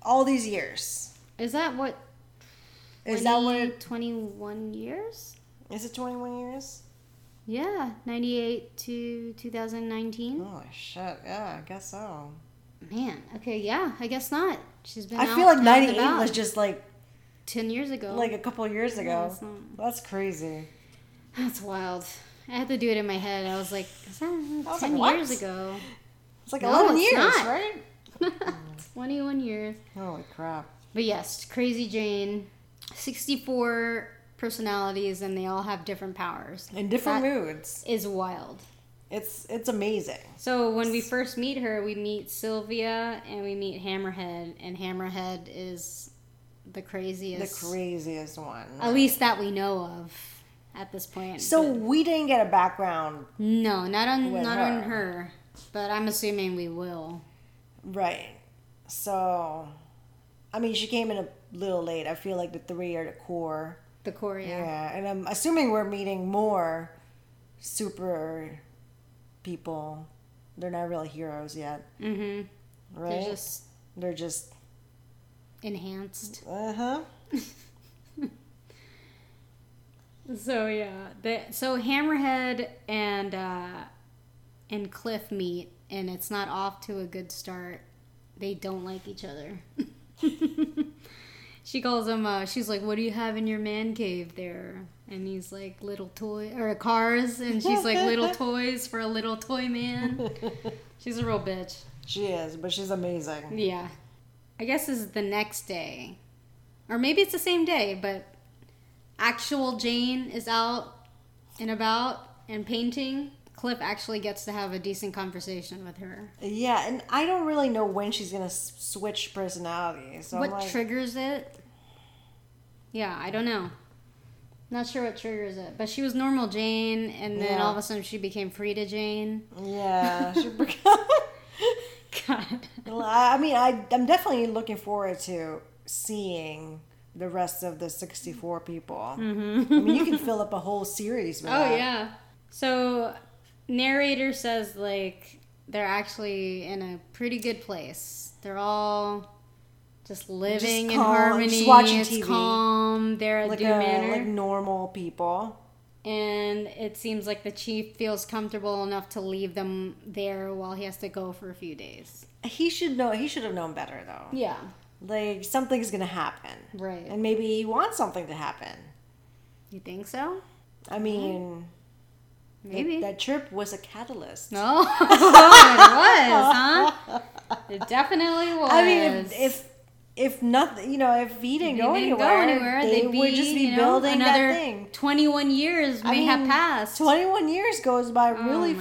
Speaker 2: All these years.
Speaker 1: Is that what
Speaker 2: Is that what? It,
Speaker 1: 21 years?
Speaker 2: is it twenty one years?
Speaker 1: Yeah, 98 to 2019.
Speaker 2: Oh shit! Yeah, I guess so.
Speaker 1: Man, okay, yeah, I guess not. She's been.
Speaker 2: I
Speaker 1: out
Speaker 2: feel like
Speaker 1: and
Speaker 2: ninety eight
Speaker 1: about
Speaker 2: was just like
Speaker 1: ten years ago.
Speaker 2: like a couple years ago.
Speaker 1: it's not.
Speaker 2: That's crazy.
Speaker 1: that's wild. I had to do it in my head. I was like, is that
Speaker 2: was
Speaker 1: ten
Speaker 2: like, what?
Speaker 1: years ago?
Speaker 2: It's like
Speaker 1: No,
Speaker 2: eleven
Speaker 1: it's
Speaker 2: years,
Speaker 1: not.
Speaker 2: right?
Speaker 1: Twenty-one years.
Speaker 2: Holy crap!
Speaker 1: But yes, Crazy Jane, sixty-four personalities, and they all have different powers.
Speaker 2: In different
Speaker 1: That
Speaker 2: moods.
Speaker 1: is wild.
Speaker 2: It's it's amazing.
Speaker 1: So when we first meet her, we meet Sylvia and we meet Hammerhead, and Hammerhead is the
Speaker 2: The
Speaker 1: craziest,
Speaker 2: craziest one.
Speaker 1: at least that we know of at this point.
Speaker 2: So
Speaker 1: but-
Speaker 2: we didn't get a background
Speaker 1: No, not on
Speaker 2: with
Speaker 1: not on
Speaker 2: her.
Speaker 1: her, but I'm assuming we will.
Speaker 2: right. So I mean she came in a little late. I feel like the three are the core.
Speaker 1: The Korea.
Speaker 2: Yeah. And I'm assuming we're meeting more super people. They're not really heroes yet.
Speaker 1: Mm-hmm.
Speaker 2: Right?
Speaker 1: They're just
Speaker 2: They're just
Speaker 1: enhanced.
Speaker 2: uh-huh.
Speaker 1: So yeah, the, so Hammerhead and uh, and Cliff meet, and it's not off to a good start. They don't like each other. she calls him. Uh, she's like, "What do you have in your man cave there?" And he's like, "Little toy or cars," and she's like, "Little toys for a little toy man." She's a real bitch.
Speaker 2: She is, but she's amazing.
Speaker 1: Yeah. I guess this is the next day. Or maybe it's the same day, but actual Jane is out and about and painting. Cliff actually gets to have a decent conversation with her.
Speaker 2: Yeah, and I don't really know when she's gonna s- switch personalities. So
Speaker 1: what
Speaker 2: I'm like,
Speaker 1: triggers it? Yeah, I don't know. Not sure what triggers it, but she was normal Jane, and then
Speaker 2: Yeah.
Speaker 1: all of a sudden she became Frida Jane.
Speaker 2: yeah, she
Speaker 1: God.
Speaker 2: Well, I I mean, I, I'm definitely looking forward to seeing the rest of the 64 people. I mean, you can fill up a whole series with
Speaker 1: Mm-hmm. Oh
Speaker 2: that.
Speaker 1: yeah. So narrator says like they're actually in a pretty good place. They're all just living in
Speaker 2: calm,
Speaker 1: harmony.
Speaker 2: just watching
Speaker 1: it's
Speaker 2: TV.
Speaker 1: calm. They're at
Speaker 2: Like,
Speaker 1: due
Speaker 2: uh,
Speaker 1: manner,
Speaker 2: like normal people.
Speaker 1: and it seems like the chief feels comfortable enough to leave them there while he has to go for a few days.
Speaker 2: He should know. He should have known better, though.
Speaker 1: Yeah.
Speaker 2: Like something's gonna happen,
Speaker 1: Right.
Speaker 2: and maybe he wants something to happen.
Speaker 1: you think so?
Speaker 2: I mean,
Speaker 1: Maybe. Oh,
Speaker 2: that trip was a catalyst.
Speaker 1: no. it was, huh? It definitely was.
Speaker 2: I mean, if, if if nothing, you know, if he didn't,
Speaker 1: They
Speaker 2: go,
Speaker 1: didn't
Speaker 2: anywhere, they would just be
Speaker 1: you know,
Speaker 2: building
Speaker 1: another
Speaker 2: that thing.
Speaker 1: 21 years may
Speaker 2: I
Speaker 1: have
Speaker 2: mean,
Speaker 1: passed.
Speaker 2: 21 years goes by
Speaker 1: Oh
Speaker 2: really
Speaker 1: my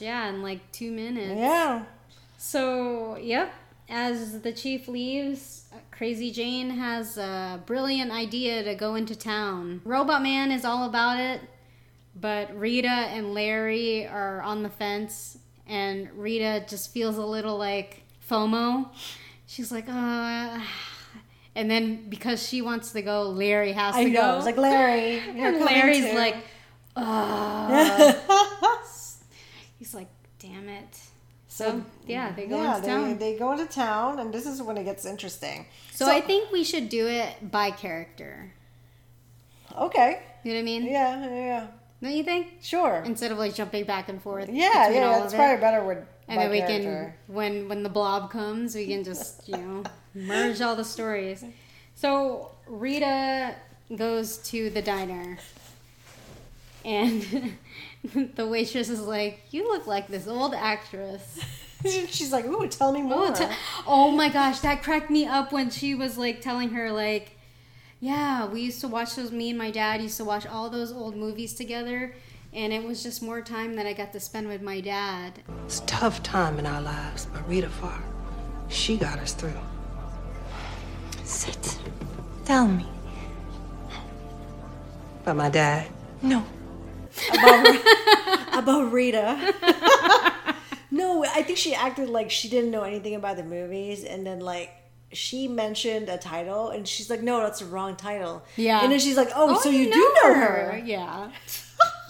Speaker 1: gosh, yeah, in like two minutes.
Speaker 2: Yeah.
Speaker 1: So, yep. As the chief leaves, Crazy Jane has a brilliant idea to go into town. Robot Man is all about it, but Rita and Larry are on the fence, and Rita just feels a little like FOMO. She's like, uh. And then because she wants to go, Larry has to
Speaker 2: I
Speaker 1: go.
Speaker 2: know. It's like Larry. you're
Speaker 1: And
Speaker 2: coming
Speaker 1: Larry's
Speaker 2: too.
Speaker 1: like, "Ugh." he's like, damn it. So yeah, they go
Speaker 2: yeah,
Speaker 1: into
Speaker 2: they,
Speaker 1: town.
Speaker 2: they go into town, and this is when it gets interesting.
Speaker 1: so, I think we should do it by character.
Speaker 2: Okay.
Speaker 1: You know what I mean?
Speaker 2: Yeah, yeah, yeah.
Speaker 1: Don't you think?
Speaker 2: Sure.
Speaker 1: Instead of like jumping back and forth.
Speaker 2: yeah,
Speaker 1: between all
Speaker 2: yeah.
Speaker 1: of
Speaker 2: It's
Speaker 1: it.
Speaker 2: probably better with.
Speaker 1: And
Speaker 2: by
Speaker 1: then we
Speaker 2: character.
Speaker 1: can, when when the blob comes, we can just you know merge all the stories. So Rita goes to the diner, and the waitress is like, "You look like this old actress."
Speaker 2: She's like, ooh, tell me more.
Speaker 1: Oh, t- oh my gosh, that cracked me up when she was like telling her like, yeah, we used to watch those. Me and my dad used to watch all those old movies together, and it was just more time that I got to spend with my dad.
Speaker 4: It's a tough time in our lives, but Rita Farr, she got us through.
Speaker 5: Sit. Tell me.
Speaker 4: But my dad,
Speaker 5: No.
Speaker 2: about Rita. no, I think she acted like she didn't know anything about the movies, and then like she mentioned a title, and she's like, "No, that's the wrong title."
Speaker 1: Yeah.
Speaker 2: and then she's like, "Oh,
Speaker 1: Oh,
Speaker 2: so you, do know her?"
Speaker 1: Yeah.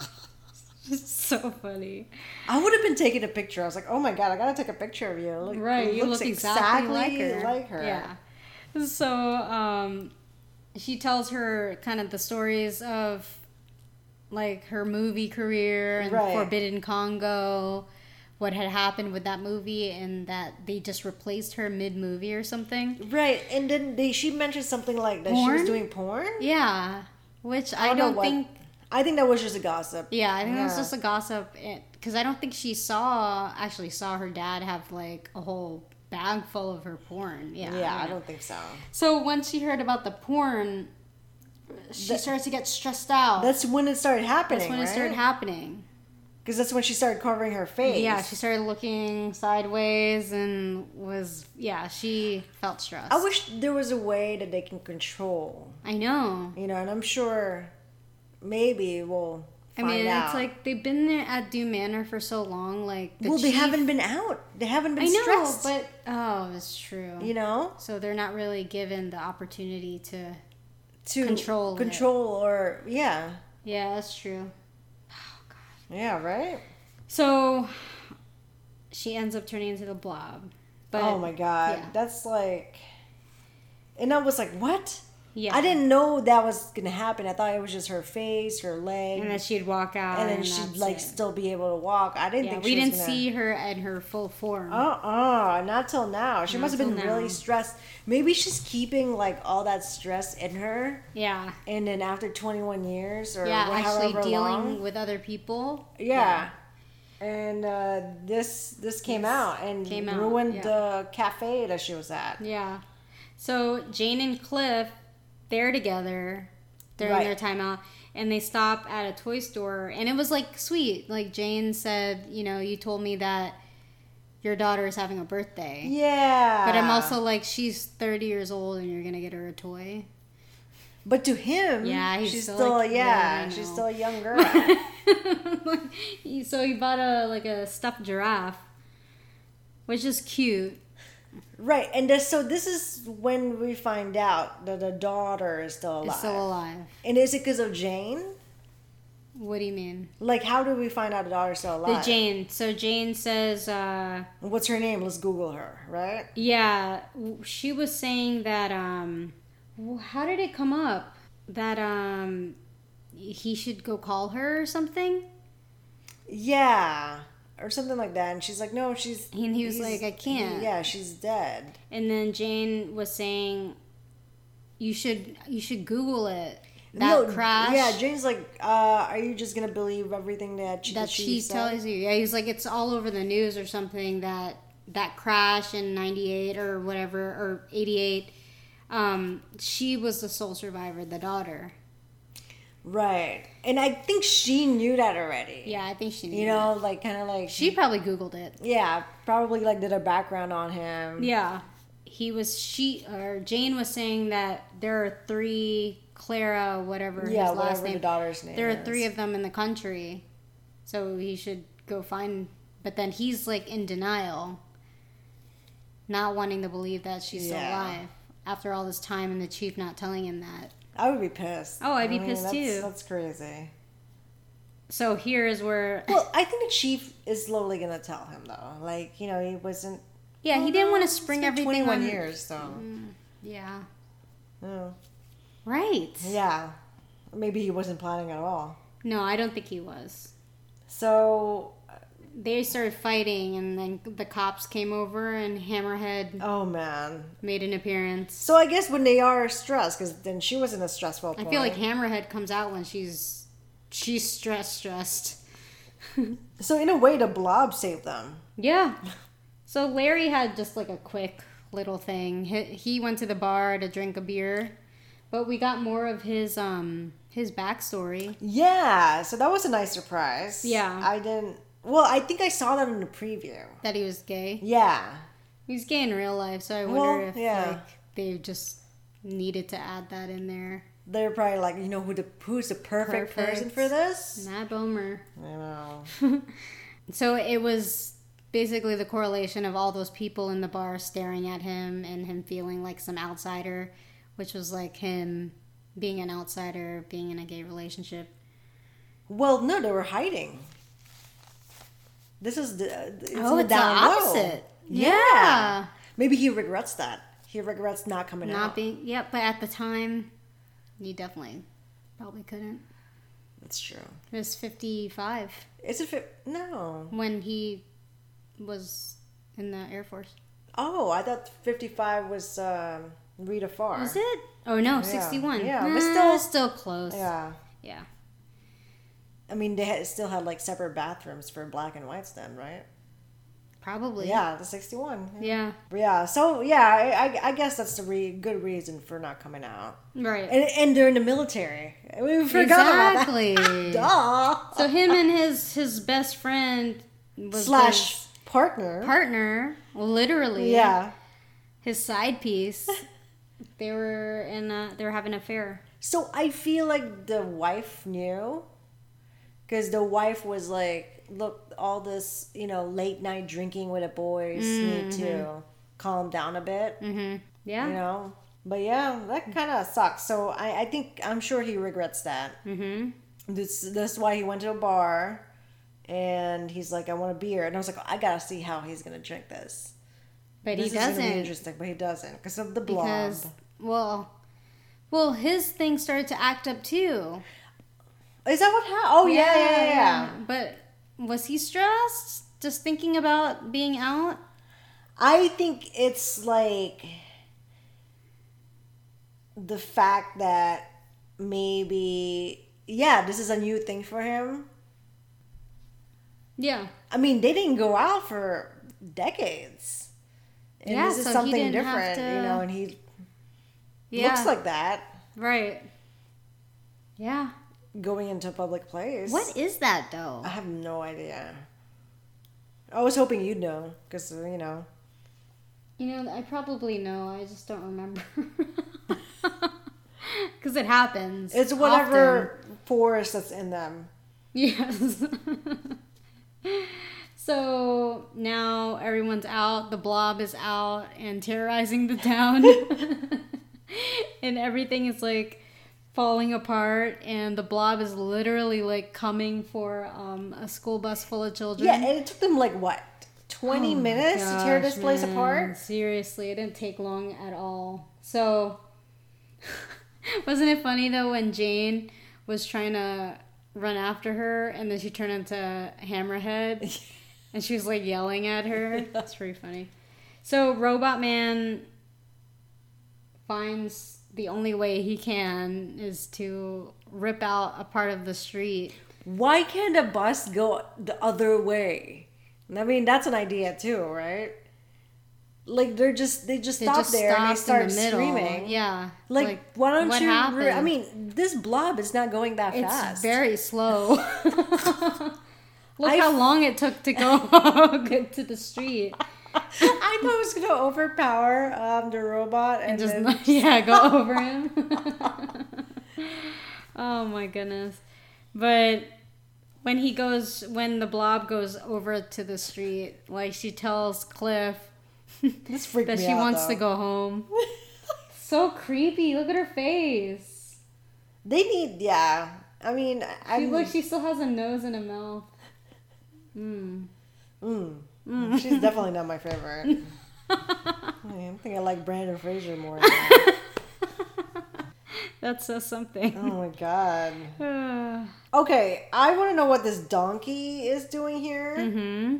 Speaker 1: so funny.
Speaker 2: I would have been taking a picture. I was like, "Oh my god, I gotta take a picture of you." Look,
Speaker 1: Right,
Speaker 2: it
Speaker 1: you
Speaker 2: looks
Speaker 1: look exactly, like, her. Yeah. So um, she tells her kind of the stories of like her movie career and
Speaker 2: Right.
Speaker 1: Forbidden Congo, what had happened with that movie, and that they just replaced her mid movie or something.
Speaker 2: Right, and then they, she mentioned something like that she
Speaker 1: Porn?
Speaker 2: was doing porn.
Speaker 1: Yeah, which I,
Speaker 2: don't know
Speaker 1: don't
Speaker 2: what-
Speaker 1: think.
Speaker 2: I think that was just a gossip.
Speaker 1: Yeah, I think that's
Speaker 2: Yeah.
Speaker 1: just a gossip because I don't think she saw actually saw her dad have like a whole bag full of her porn. Yeah,
Speaker 2: yeah,
Speaker 1: don't
Speaker 2: I
Speaker 1: know.
Speaker 2: don't think so.
Speaker 1: So once she heard about the porn, she starts to get stressed out.
Speaker 2: That's when it started happening.
Speaker 1: That's when it started happening.
Speaker 2: because that's when she started covering her face.
Speaker 1: Yeah, she started looking sideways and was yeah, she felt stressed.
Speaker 2: I wish there was a way that they can control,
Speaker 1: I know.
Speaker 2: you know, and I'm sure maybe we'll
Speaker 1: I
Speaker 2: find
Speaker 1: mean,
Speaker 2: out.
Speaker 1: it's like they've been there at Dew Manor for so long. Like, the
Speaker 2: well, they
Speaker 1: chief-
Speaker 2: haven't been out. They haven't been
Speaker 1: I know,
Speaker 2: stressed.
Speaker 1: but oh, it's true.
Speaker 2: you know,
Speaker 1: so they're not really given the opportunity to.
Speaker 2: to
Speaker 1: Control it.
Speaker 2: control, or yeah,
Speaker 1: Yeah, that's true.
Speaker 2: yeah, right.
Speaker 1: So she ends up turning into the blob. But
Speaker 2: oh my god,
Speaker 1: yeah.
Speaker 2: that's like, and I was like, what?
Speaker 1: yeah,
Speaker 2: I didn't know that was gonna happen. I thought it was just her face, her leg,
Speaker 1: And
Speaker 2: and,
Speaker 1: then she'd walk out,
Speaker 2: then she'd
Speaker 1: that's
Speaker 2: like
Speaker 1: it.
Speaker 2: still be able to walk. I didn't
Speaker 1: Yeah,
Speaker 2: think
Speaker 1: we
Speaker 2: she was
Speaker 1: didn't
Speaker 2: gonna-
Speaker 1: see her at her full form.
Speaker 2: Uh-uh, not till now. She must have been
Speaker 1: till now.
Speaker 2: really stressed. Maybe she's keeping like all that stress in her
Speaker 1: Yeah.
Speaker 2: and then after 21 years or
Speaker 1: Yeah,
Speaker 2: wha- however
Speaker 1: actually dealing
Speaker 2: long.
Speaker 1: with other people.
Speaker 2: yeah. And uh, this this came out and
Speaker 1: came out,
Speaker 2: ruined
Speaker 1: yeah.
Speaker 2: the cafe that she was at.
Speaker 1: Yeah. So Jane and Cliff, they're together during
Speaker 2: Right.
Speaker 1: their time out and they stop at a toy store and it was like sweet. Like Jane said, you know, you told me that your daughter is having a birthday.
Speaker 2: Yeah.
Speaker 1: But I'm also like, she's 30 years old and you're going to get her a toy.
Speaker 2: But to him,
Speaker 1: Yeah, he's
Speaker 2: she's
Speaker 1: still
Speaker 2: still,
Speaker 1: like, yeah,
Speaker 2: yeah,
Speaker 1: I
Speaker 2: she's
Speaker 1: know.
Speaker 2: still a young girl.
Speaker 1: He- so he bought a like a stuffed giraffe, which is cute.
Speaker 2: right. And this, so this is when we find out that the daughter is still alive.
Speaker 1: It's still alive.
Speaker 2: and is it because of Jane?
Speaker 1: What do you mean?
Speaker 2: Like how do we find out the daughter's still alive?
Speaker 1: The Jane. So Jane says, uh,
Speaker 2: What's her name? Let's Google her, right?
Speaker 1: yeah, w- she was saying that. Um, w- how did it come up that um, he should go call her or something?
Speaker 2: Yeah, or something like that. And she's like, no, she's.
Speaker 1: And he was
Speaker 2: he's-
Speaker 1: like, I can't.
Speaker 2: Yeah, she's dead.
Speaker 1: And then Jane was saying, you should you should Google it. That
Speaker 2: No,
Speaker 1: crash.
Speaker 2: Yeah, Jane's like, uh, are you just gonna believe everything that she,
Speaker 1: that she
Speaker 2: said?
Speaker 1: tells you. Yeah, he's like it's all over the news or something that that crash in 98 or whatever or 88 um she was the sole survivor, the daughter.
Speaker 2: Right, and I think she knew that already.
Speaker 1: Yeah, I think she knew.
Speaker 2: You
Speaker 1: that.
Speaker 2: know, like kind of like
Speaker 1: she probably googled it.
Speaker 2: yeah, probably like did a background on him.
Speaker 1: Yeah. He was she or Jane was saying that there are three Clara whatever
Speaker 2: yeah,
Speaker 1: his last
Speaker 2: whatever
Speaker 1: name.
Speaker 2: the daughter's name.
Speaker 1: there are
Speaker 2: is.
Speaker 1: three of them in the country. So he should go find but then he's like in denial. Not wanting to believe that she's still
Speaker 2: Yeah.
Speaker 1: alive after all this time and the chief not telling him that.
Speaker 2: I would be pissed.
Speaker 1: Oh, I'd be pissed
Speaker 2: that's-
Speaker 1: too.
Speaker 2: That's crazy.
Speaker 1: So here is where
Speaker 2: Well, I think the chief is slowly gonna tell him though. Like you know, he wasn't.
Speaker 1: yeah he didn't want to spring
Speaker 2: uh, Been
Speaker 1: everything
Speaker 2: Twenty-one
Speaker 1: on Mm-hmm.
Speaker 2: years, so
Speaker 1: yeah
Speaker 2: no.
Speaker 1: right
Speaker 2: yeah, maybe he wasn't planning at all.
Speaker 1: no I don't think he was
Speaker 2: So,
Speaker 1: they started fighting and then the cops came over and Hammerhead
Speaker 2: oh man.
Speaker 1: made an appearance
Speaker 2: So I guess when they are stressed, because then she was in a stressful.
Speaker 1: I
Speaker 2: Point.
Speaker 1: feel like Hammerhead comes out when she's she's stressed stressed
Speaker 2: So in a way, the blob saved them.
Speaker 1: Yeah. So Larry had just like a quick little thing. He, he went to the bar to drink a beer, but we got more of his um his backstory.
Speaker 2: Yeah, so that was a nice surprise.
Speaker 1: Yeah.
Speaker 2: I didn't. Well, I think I saw that in the preview.
Speaker 1: That he was gay.
Speaker 2: Yeah.
Speaker 1: He's gay in real life, so I wonder
Speaker 2: Well,
Speaker 1: if
Speaker 2: yeah.
Speaker 1: like they just needed to add that in there.
Speaker 2: They're probably like, you know, who the who's the perfect, person
Speaker 1: Perfect.
Speaker 2: for this?
Speaker 1: Matt Bomer.
Speaker 2: I know.
Speaker 1: So it was basically the correlation of all those people in the bar staring at him and him feeling like some outsider, which was like him being an outsider, being in a gay relationship.
Speaker 2: Well, no, they were hiding. This is the it's
Speaker 1: Oh,
Speaker 2: the
Speaker 1: it's the
Speaker 2: down low.
Speaker 1: opposite.
Speaker 2: Yeah.
Speaker 1: Yeah.
Speaker 2: Maybe he regrets that. He regrets not coming
Speaker 1: Not
Speaker 2: out.
Speaker 1: being, yeah, but at the time, you definitely probably couldn't.
Speaker 2: That's true.
Speaker 1: He was 55
Speaker 2: It's a fit. No.
Speaker 1: when he was in the Air Force.
Speaker 2: Oh, I thought fifty-five was um, Rita Farr.
Speaker 1: Is it? Oh, no, 61.
Speaker 2: Yeah, but
Speaker 1: Nah,
Speaker 2: still-
Speaker 1: still close.
Speaker 2: Yeah.
Speaker 1: Yeah.
Speaker 2: I mean, they had, still had like separate bathrooms for black and whites then, right?
Speaker 1: Probably.
Speaker 2: Yeah, the sixty-one.
Speaker 1: Yeah.
Speaker 2: Yeah. So yeah, I, I, I guess that's the re- good reason for not coming out.
Speaker 1: Right.
Speaker 2: And, and they're in the military. We forgot
Speaker 1: exactly.
Speaker 2: about that. Duh.
Speaker 1: so him and his his best friend was
Speaker 2: Slash
Speaker 1: his
Speaker 2: partner.
Speaker 1: partner, literally.
Speaker 2: yeah.
Speaker 1: His side piece. they were in. A, they were having an affair.
Speaker 2: So I feel like the wife knew, because the wife was like, "Look, all this, you know, late night drinking with the boys need
Speaker 1: Mm-hmm.
Speaker 2: to calm down a bit."
Speaker 1: Yeah.
Speaker 2: you know but yeah that kind of sucks so I, I think i'm sure he regrets that mm-hmm. this, this is why he went to a bar and he's like i want a beer and i was like i gotta see how he's gonna drink this
Speaker 1: But he
Speaker 2: this is gonna be
Speaker 1: doesn't
Speaker 2: interesting but he doesn't because of the blob
Speaker 1: because well, well, his thing started to act up too.
Speaker 2: is that what happened oh yeah yeah yeah, yeah.
Speaker 1: But was he stressed? Just thinking about being out.
Speaker 2: i think it's like the fact that maybe yeah this is a new thing for him
Speaker 1: Yeah.
Speaker 2: I mean, they didn't go out for decades. And
Speaker 1: Yeah,
Speaker 2: this is
Speaker 1: so he
Speaker 2: something
Speaker 1: didn't have
Speaker 2: different, you
Speaker 1: to-
Speaker 2: know, and he
Speaker 1: Yeah.
Speaker 2: looks like that
Speaker 1: right. Yeah.
Speaker 2: going into a public place.
Speaker 1: What is that though?
Speaker 2: I have no idea. I was hoping you'd know, because, you know.
Speaker 1: You know, I probably know. I just don't remember. Because it happens.
Speaker 2: It's
Speaker 1: often.
Speaker 2: whatever force that's in them.
Speaker 1: Yes. so now everyone's out. The blob is out and terrorizing the town. and everything is like falling apart. And the blob is literally like coming for um, a school bus full of children.
Speaker 2: Yeah, and it took them, like, what, 20 minutes to tear
Speaker 1: Gosh,
Speaker 2: this place
Speaker 1: man.
Speaker 2: apart?
Speaker 1: Seriously, it didn't take long at all. So, wasn't it funny though when Jane was trying to run after her and then she turned into Hammerhead and she was like yelling at her? That's pretty funny. So, Robot Man finds the only way he can is to rip out a part of the street.
Speaker 2: Why can't a bus go the other way? I mean, that's an idea too, right? Like they're just they just
Speaker 1: They
Speaker 2: stop
Speaker 1: just
Speaker 2: there and they
Speaker 1: stopped in
Speaker 2: start
Speaker 1: the middle.
Speaker 2: screaming.
Speaker 1: Yeah.
Speaker 2: Like, why don't
Speaker 1: what
Speaker 2: you? re-
Speaker 1: happened?
Speaker 2: I mean, this blob is not going that
Speaker 1: It's
Speaker 2: fast.
Speaker 1: very slow. Look
Speaker 2: I-
Speaker 1: how long it took to go get to the street
Speaker 2: I thought it was going to overpower um, the robot and,
Speaker 1: and just
Speaker 2: then-
Speaker 1: yeah, go over him. oh my goodness. But when he goes when the blob goes over to the street, like she tells Cliff
Speaker 2: this freaked
Speaker 1: that
Speaker 2: me
Speaker 1: she
Speaker 2: out,
Speaker 1: wants to
Speaker 2: though.
Speaker 1: go home. so creepy. Look at her face.
Speaker 2: They need yeah. I mean, I
Speaker 1: She, look, she still has a nose and a mouth.
Speaker 2: she's definitely not my favorite. I mean, I think I like Brandon Fraser more.
Speaker 1: That says something.
Speaker 2: oh my god. Oh.
Speaker 1: Uh,
Speaker 2: Okay, I want to know what this donkey is doing here. Mm-hmm.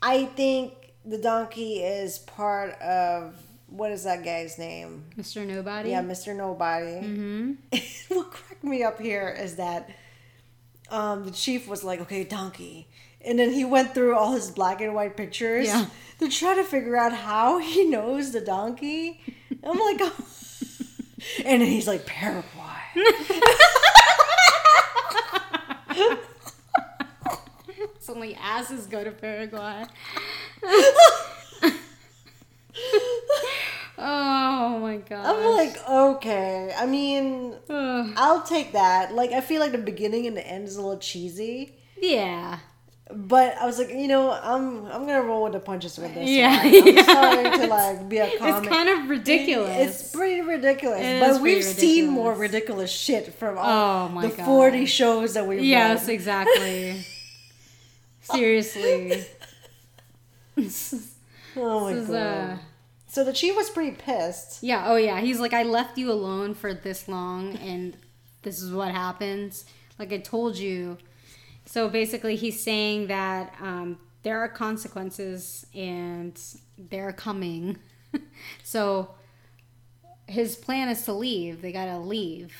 Speaker 2: I think the donkey is part of what is that guy's name?
Speaker 1: Mr. Nobody.
Speaker 2: Yeah, Mr. Nobody. Mm-hmm. what cracked me up here is that um, the chief was like, "Okay, donkey," and then he went through all his black and white pictures
Speaker 1: Yeah.
Speaker 2: to try to figure out how he knows the donkey. I'm like, and then he's like Paraguay.
Speaker 1: It's only asses go to Paraguay. oh my god.
Speaker 2: I'm like, okay. I mean,
Speaker 1: Ugh.
Speaker 2: I'll take that. Like, I feel like the beginning and the end is a little cheesy,
Speaker 1: Yeah.
Speaker 2: but I was like, you know, I'm I'm gonna roll with the punches with this.
Speaker 1: Yeah,
Speaker 2: one. I'm
Speaker 1: yeah.
Speaker 2: sorry to like be a comic.
Speaker 1: It's kind of ridiculous.
Speaker 2: It's pretty ridiculous,
Speaker 1: It is
Speaker 2: but
Speaker 1: pretty
Speaker 2: we've seen
Speaker 1: ridiculous.
Speaker 2: more ridiculous shit from all
Speaker 1: Oh my
Speaker 2: the
Speaker 1: God.
Speaker 2: forty shows that we've
Speaker 1: yes,
Speaker 2: done.
Speaker 1: exactly. Seriously. This is-
Speaker 2: Oh my
Speaker 1: this is,
Speaker 2: god.
Speaker 1: uh,
Speaker 2: so the chief was pretty pissed.
Speaker 1: yeah, oh yeah. He's like, I left you alone for this long and this is what happens. Like I told you. So basically, he's saying that um, there are consequences and they're coming. so his plan is to leave. They gotta leave.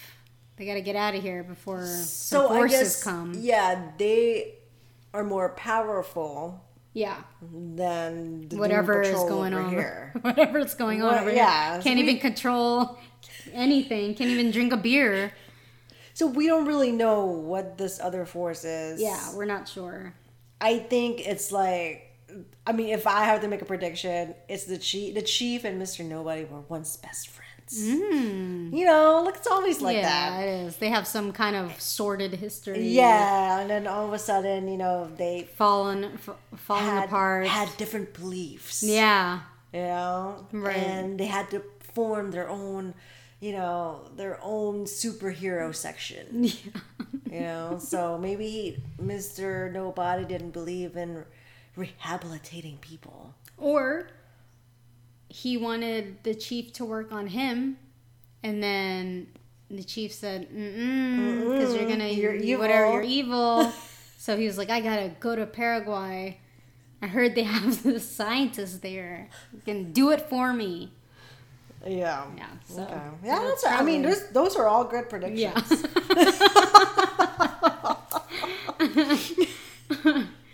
Speaker 1: They gotta get out of here before so
Speaker 2: So
Speaker 1: the
Speaker 2: I
Speaker 1: forces
Speaker 2: guess
Speaker 1: come.
Speaker 2: yeah, they are more powerful
Speaker 1: yeah.
Speaker 2: than the
Speaker 1: whatever is
Speaker 2: Doom Patrol
Speaker 1: going
Speaker 2: over
Speaker 1: on,
Speaker 2: here.
Speaker 1: whatever is going on
Speaker 2: Well,
Speaker 1: over
Speaker 2: yeah,
Speaker 1: here.
Speaker 2: so
Speaker 1: Can't
Speaker 2: we-
Speaker 1: even control anything. Can't even drink a beer.
Speaker 2: So we don't really know what this other force is.
Speaker 1: Yeah, we're not sure.
Speaker 2: I think it's like I mean, if I have to make a prediction, it's the chief the chief and Mr. Nobody were once best friends. You know, look it's always like
Speaker 1: Mm. yeah,
Speaker 2: that.
Speaker 1: it is. They have some kind of sordid history.
Speaker 2: Yeah, and then all of a sudden, you know, they
Speaker 1: fallen, f- fallen
Speaker 2: had,
Speaker 1: apart.
Speaker 2: had different beliefs.
Speaker 1: yeah,
Speaker 2: You know?
Speaker 1: Right.
Speaker 2: And they had to form their own you know, their own superhero section. You know, so maybe he, Mr. Nobody didn't believe in rehabilitating people.
Speaker 1: or he wanted the chief to work on him, and then the chief said, "Mm because you're gonna
Speaker 2: You're
Speaker 1: you- whatever
Speaker 2: evil."
Speaker 1: you're evil." so he was like, "I gotta go to Paraguay. I heard they have this scientist there. You can do it for me."
Speaker 2: Yeah.
Speaker 1: Yeah. So
Speaker 2: Okay. Yeah, that's, I mean,
Speaker 1: probably-
Speaker 2: there's, those are all good predictions.
Speaker 1: yeah.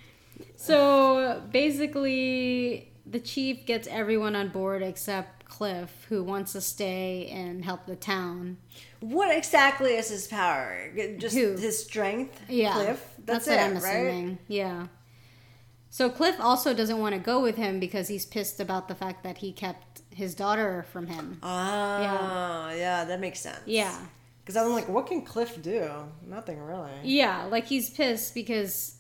Speaker 1: so basically, the chief gets everyone on board except Cliff, who wants to stay and help the town.
Speaker 2: What exactly is his power? Just
Speaker 1: Who?
Speaker 2: his strength?
Speaker 1: Yeah,
Speaker 2: Cliff? That's, it, right?
Speaker 1: Yeah. So Cliff also doesn't want to go with him because he's pissed about the fact that he kept his daughter from him.
Speaker 2: Ah, yeah. that makes sense.
Speaker 1: Yeah.
Speaker 2: Because I'm like, what can Cliff do? Nothing really.
Speaker 1: Yeah, like he's pissed because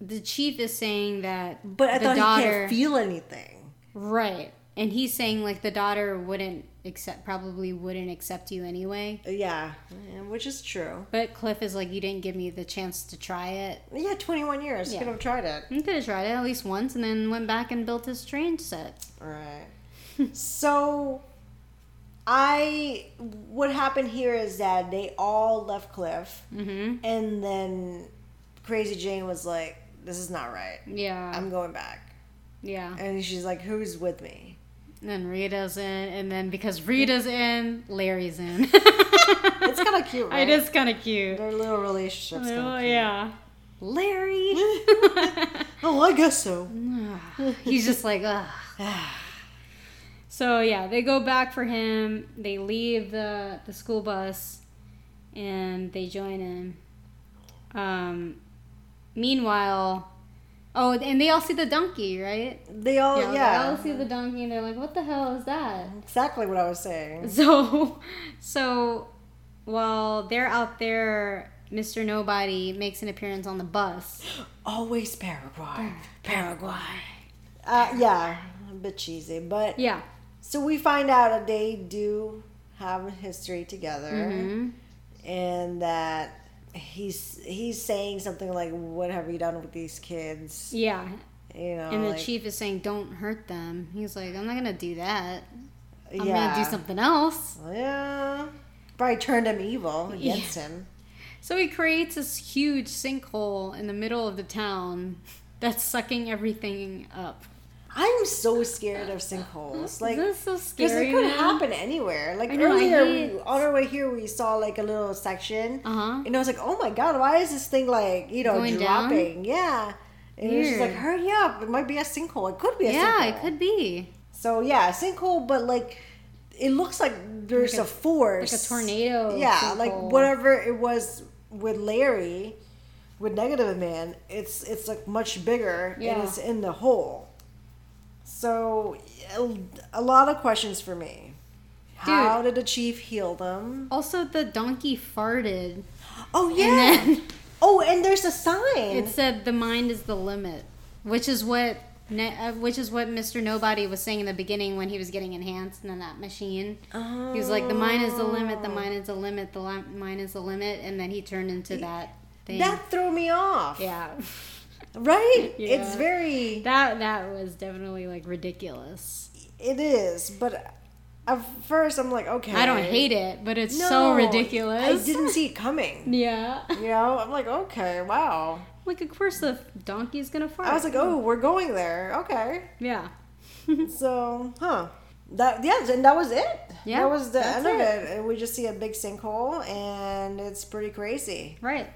Speaker 1: the chief is saying that
Speaker 2: But I
Speaker 1: the
Speaker 2: thought
Speaker 1: daughter,
Speaker 2: he can't feel anything.
Speaker 1: right, and he's saying like the daughter wouldn't accept, probably wouldn't accept you anyway.
Speaker 2: Yeah, yeah, which is true.
Speaker 1: But Cliff is like, you didn't give me the chance to try it.
Speaker 2: Yeah, 21 years.
Speaker 1: Yeah.
Speaker 2: Could have tried it.
Speaker 1: He could have tried it at least once, and then went back and built his train set.
Speaker 2: All right. so, I what happened here is that they all left Cliff, and then Crazy Jane was like, "This is not right.
Speaker 1: Yeah,
Speaker 2: I'm going back."
Speaker 1: yeah.
Speaker 2: And she's like, "Who's with me?"
Speaker 1: And then Rita's in, and then because Rita's in, Larry's in.
Speaker 2: It's kind of cute, right?
Speaker 1: it is kind of cute.
Speaker 2: Their little relationship's kind
Speaker 1: Oh
Speaker 2: of
Speaker 1: yeah, Larry.
Speaker 2: Oh, I guess so.
Speaker 1: He's just like, ugh. so yeah, they go back for him. They leave the the school bus, and they join him. Um, meanwhile, oh, and they all see the donkey, right?
Speaker 2: They all, Oh, yeah,
Speaker 1: they all see the donkey, and they're like, "What the hell is that?"
Speaker 2: exactly what I was saying.
Speaker 1: So, so while they're out there, Mister Nobody makes an appearance on the bus.
Speaker 2: Always Paraguay, Paraguay. Uh, yeah, a bit cheesy, but
Speaker 1: Yeah, Mm-hmm.
Speaker 2: So we find out that they do have a history together. and that he's he's saying something like, "What have you done with these kids?"
Speaker 1: Yeah.
Speaker 2: You know,
Speaker 1: And the
Speaker 2: like,
Speaker 1: chief is saying, don't hurt them. He's like, I'm not going to do that. I'm
Speaker 2: yeah,
Speaker 1: going to do something else.
Speaker 2: Yeah, probably turned him evil
Speaker 1: Yeah.
Speaker 2: against him.
Speaker 1: So he creates this huge sinkhole in the middle of the town that's sucking everything up.
Speaker 2: I'm so scared of sinkholes. Like
Speaker 1: Isn't that so
Speaker 2: Because
Speaker 1: scary?
Speaker 2: it could
Speaker 1: man?
Speaker 2: happen anywhere. Like
Speaker 1: I know, I
Speaker 2: earlier,
Speaker 1: hate
Speaker 2: we,
Speaker 1: it.
Speaker 2: on our way here, we saw like a little section,
Speaker 1: Uh-huh.
Speaker 2: and I was like, "Oh my god, why is this thing like you know
Speaker 1: Going down?
Speaker 2: dropping?" Yeah, and it was just like,
Speaker 1: Weird.
Speaker 2: "Hurry up! It might be a sinkhole. It could be a
Speaker 1: Yeah,
Speaker 2: sinkhole."
Speaker 1: it could be.
Speaker 2: So yeah, sinkhole, but like it looks like there's
Speaker 1: Like a-
Speaker 2: a, force,
Speaker 1: like a tornado
Speaker 2: Yeah, like
Speaker 1: sinkhole.
Speaker 2: whatever it was with Larry, with Negative Man, it's it's like much bigger
Speaker 1: Yeah.
Speaker 2: and it's in the hole. So a- a lot of questions for me. How did the chief heal them?
Speaker 1: Also, the donkey farted.
Speaker 2: Oh yeah.
Speaker 1: And then
Speaker 2: oh, and there's a sign.
Speaker 1: it said the mind is the limit, which is what ne- uh, which is what Mr. Nobody was saying in the beginning when he was getting enhanced in that machine. He was like, the mind is the limit, the mind is the limit, the li- mind is the limit, and then he turned into that thing.
Speaker 2: that threw me off.
Speaker 1: yeah.
Speaker 2: Right?
Speaker 1: Yeah.
Speaker 2: It's very
Speaker 1: That that was definitely like ridiculous.
Speaker 2: it is, but at first I'm like, okay.
Speaker 1: I don't hate it, but it's so
Speaker 2: No,
Speaker 1: ridiculous.
Speaker 2: I didn't see it coming.
Speaker 1: Yeah.
Speaker 2: You know, I'm like, okay, wow.
Speaker 1: Like of course the donkey's gonna fart.
Speaker 2: I was like, oh, we're going there. Okay.
Speaker 1: yeah.
Speaker 2: So, huh. That yeah, and that was it.
Speaker 1: Yeah,
Speaker 2: that was the
Speaker 1: that's
Speaker 2: end of
Speaker 1: it.
Speaker 2: it. And We just see a big sinkhole, and it's pretty crazy.
Speaker 1: Right.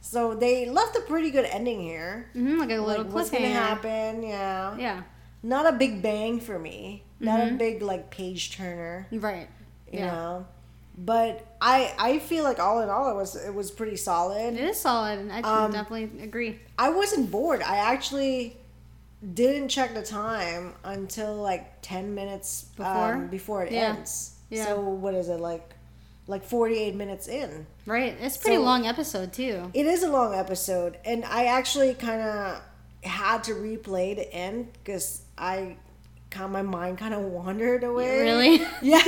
Speaker 2: So they left a pretty good ending here.
Speaker 1: hmm like a little
Speaker 2: Like what's
Speaker 1: cliffhanger.
Speaker 2: gonna happen? Yeah.
Speaker 1: Yeah. Mm-hmm.
Speaker 2: not a big bang for me. Not a big like page turner.
Speaker 1: Right.
Speaker 2: You
Speaker 1: yeah.
Speaker 2: know, but I I feel like all in all it was it was pretty solid.
Speaker 1: It is solid. I
Speaker 2: Um,
Speaker 1: definitely agree.
Speaker 2: I wasn't bored. I actually didn't check the time until like ten minutes before
Speaker 1: Before?
Speaker 2: um, before it
Speaker 1: Yeah.
Speaker 2: ends.
Speaker 1: Yeah.
Speaker 2: So what is it like? Like forty eight minutes in.
Speaker 1: Right. It's a pretty
Speaker 2: so-
Speaker 1: long episode too.
Speaker 2: It is a long episode, and I actually kind of had to replay the end because I, kind my mind kind of wandered away.
Speaker 1: Really?
Speaker 2: Yeah.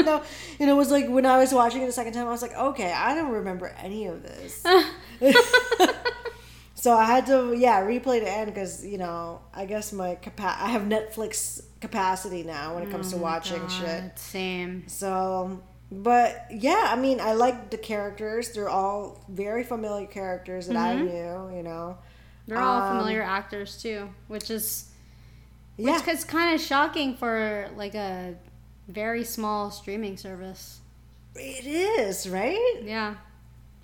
Speaker 2: no, and it was like when I was watching it the second time, I was like, okay, I don't remember any of this. so I had to, yeah, replay the end because you know, I guess my capa- I have Netflix capacity now when it comes to watching shit.
Speaker 1: Oh God, Same.
Speaker 2: So, but yeah, I mean, I like the characters. They're all very familiar characters that
Speaker 1: Mm-hmm.
Speaker 2: I knew. You know,
Speaker 1: They're all
Speaker 2: Um,
Speaker 1: familiar actors too, which is
Speaker 2: yeah,
Speaker 1: which is kind of shocking for like a very small streaming service.
Speaker 2: it is right.
Speaker 1: Yeah.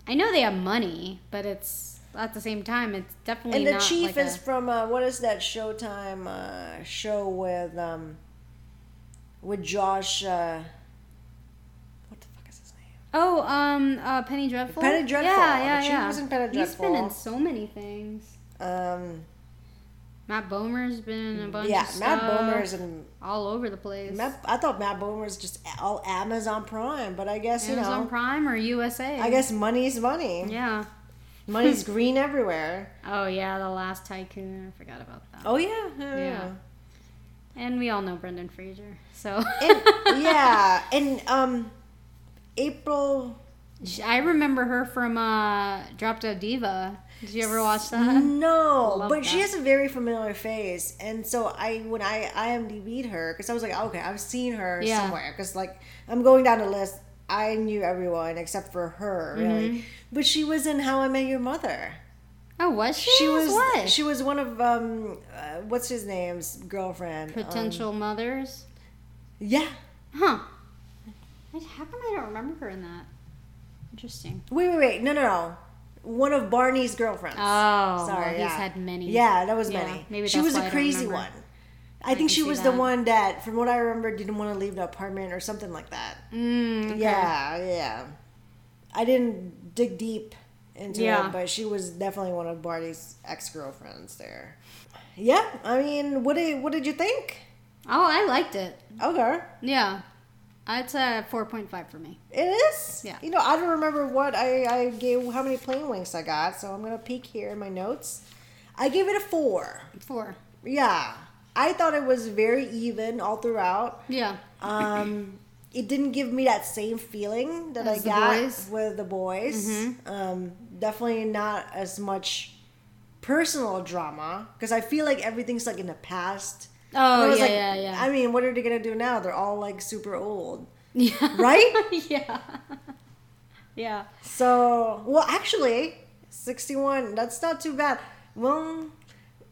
Speaker 1: I know they have money, but it's at the same time it's definitely
Speaker 2: And the
Speaker 1: not
Speaker 2: chief
Speaker 1: like
Speaker 2: is
Speaker 1: a-
Speaker 2: from uh, what is that Showtime uh, show with um with Josh? Uh, what the fuck is his name?
Speaker 1: Oh, um, uh, Penny Dreadful.
Speaker 2: Penny Dreadful.
Speaker 1: Yeah, yeah,
Speaker 2: The chief
Speaker 1: yeah.
Speaker 2: was in Penny
Speaker 1: He's been in
Speaker 2: Dreadful.
Speaker 1: so many things.
Speaker 2: Um,
Speaker 1: Matt Bomer's been in a bunch.
Speaker 2: Mm, yeah,
Speaker 1: of
Speaker 2: Matt
Speaker 1: stuff,
Speaker 2: Bomer's and
Speaker 1: all over the place.
Speaker 2: Matt, I thought Matt Bomer's just all Amazon Prime, but I guess you
Speaker 1: Amazon
Speaker 2: know,
Speaker 1: Prime or USA.
Speaker 2: I guess money's money.
Speaker 1: Yeah.
Speaker 2: Money's green everywhere.
Speaker 1: Oh yeah, the last tycoon. I forgot about that.
Speaker 2: Oh yeah, yeah.
Speaker 1: Yeah. And we all know Brendan Fraser. So.
Speaker 2: And, yeah, and um, April.
Speaker 1: She- I remember her from uh, Drop Dead Diva. Did you ever watch
Speaker 2: mm.
Speaker 1: that?
Speaker 2: No,
Speaker 1: Uh-huh. Love
Speaker 2: but she
Speaker 1: that.
Speaker 2: has a very familiar face, and so I when I IMDb'd her because I was like, okay, I've seen her
Speaker 1: Yeah.
Speaker 2: somewhere because like I'm going down the list. I knew everyone except for her, really.
Speaker 1: Mm-hmm.
Speaker 2: But she was in How I Met Your Mother.
Speaker 1: Oh, was she?
Speaker 2: She was
Speaker 1: what?
Speaker 2: she was one of um, uh, what's his name's girlfriend. um,
Speaker 1: Potential mothers.
Speaker 2: yeah.
Speaker 1: Huh. How come I don't remember her in that? Interesting.
Speaker 2: Wait, wait, wait. No, no, no. One of Barney's girlfriends.
Speaker 1: Oh,
Speaker 2: Sorry,
Speaker 1: he's
Speaker 2: yeah.
Speaker 1: had many.
Speaker 2: Yeah, that was
Speaker 1: Yeah,
Speaker 2: many.
Speaker 1: maybe
Speaker 2: she
Speaker 1: that's
Speaker 2: was
Speaker 1: why I
Speaker 2: a
Speaker 1: don't
Speaker 2: crazy one.
Speaker 1: remember.
Speaker 2: I think
Speaker 1: can
Speaker 2: she
Speaker 1: see
Speaker 2: was
Speaker 1: that.
Speaker 2: the one that, from what I remember, didn't want to leave the apartment or something like that.
Speaker 1: Mm, okay.
Speaker 2: Yeah, yeah. I didn't dig deep into
Speaker 1: Yeah.
Speaker 2: it, but she was definitely one of Barney's ex girlfriends there. Yeah, I mean, what did what did you think?
Speaker 1: Oh, I liked it.
Speaker 2: Okay,
Speaker 1: Yeah. It's a 4.5 for me.
Speaker 2: it is.
Speaker 1: Yeah.
Speaker 2: You know, I don't remember what I, I gave, how many plain winks I got, so I'm gonna peek here in my notes. I gave it a four.
Speaker 1: Four.
Speaker 2: Yeah. I thought it was very even all throughout.
Speaker 1: Yeah.
Speaker 2: Um, it didn't give me that same feeling that
Speaker 1: As
Speaker 2: I
Speaker 1: The
Speaker 2: got
Speaker 1: Boys? Mm-hmm.
Speaker 2: with the boys. Um, definitely not as much personal drama because I feel like everything's like in the past. And I
Speaker 1: Oh
Speaker 2: was
Speaker 1: yeah,
Speaker 2: like,
Speaker 1: yeah, yeah.
Speaker 2: I mean, what are they gonna do now? They're all like super old,
Speaker 1: yeah,
Speaker 2: right?
Speaker 1: yeah, yeah.
Speaker 2: so, well, actually, sixty-one. That's not too bad. Well,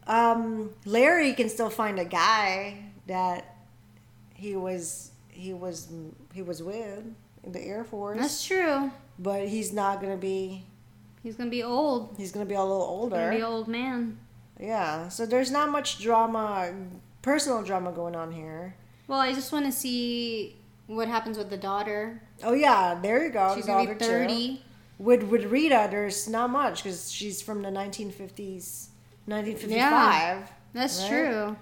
Speaker 2: um, Larry can still find a guy that he was he was he was with in the Air Force,
Speaker 1: That's true.
Speaker 2: but he's not gonna be.
Speaker 1: He's gonna be old.
Speaker 2: He's gonna be a little older.
Speaker 1: Gonna be old man.
Speaker 2: yeah. So there's not much drama, personal drama going on here.
Speaker 1: Well, I just want to see what happens with the daughter.
Speaker 2: Oh yeah, there you go.
Speaker 1: She's gonna be
Speaker 2: daughter too.
Speaker 1: thirty.
Speaker 2: with with Rita, there's not much because she's from the 1950s, 1955.
Speaker 1: That's
Speaker 2: Right?
Speaker 1: true.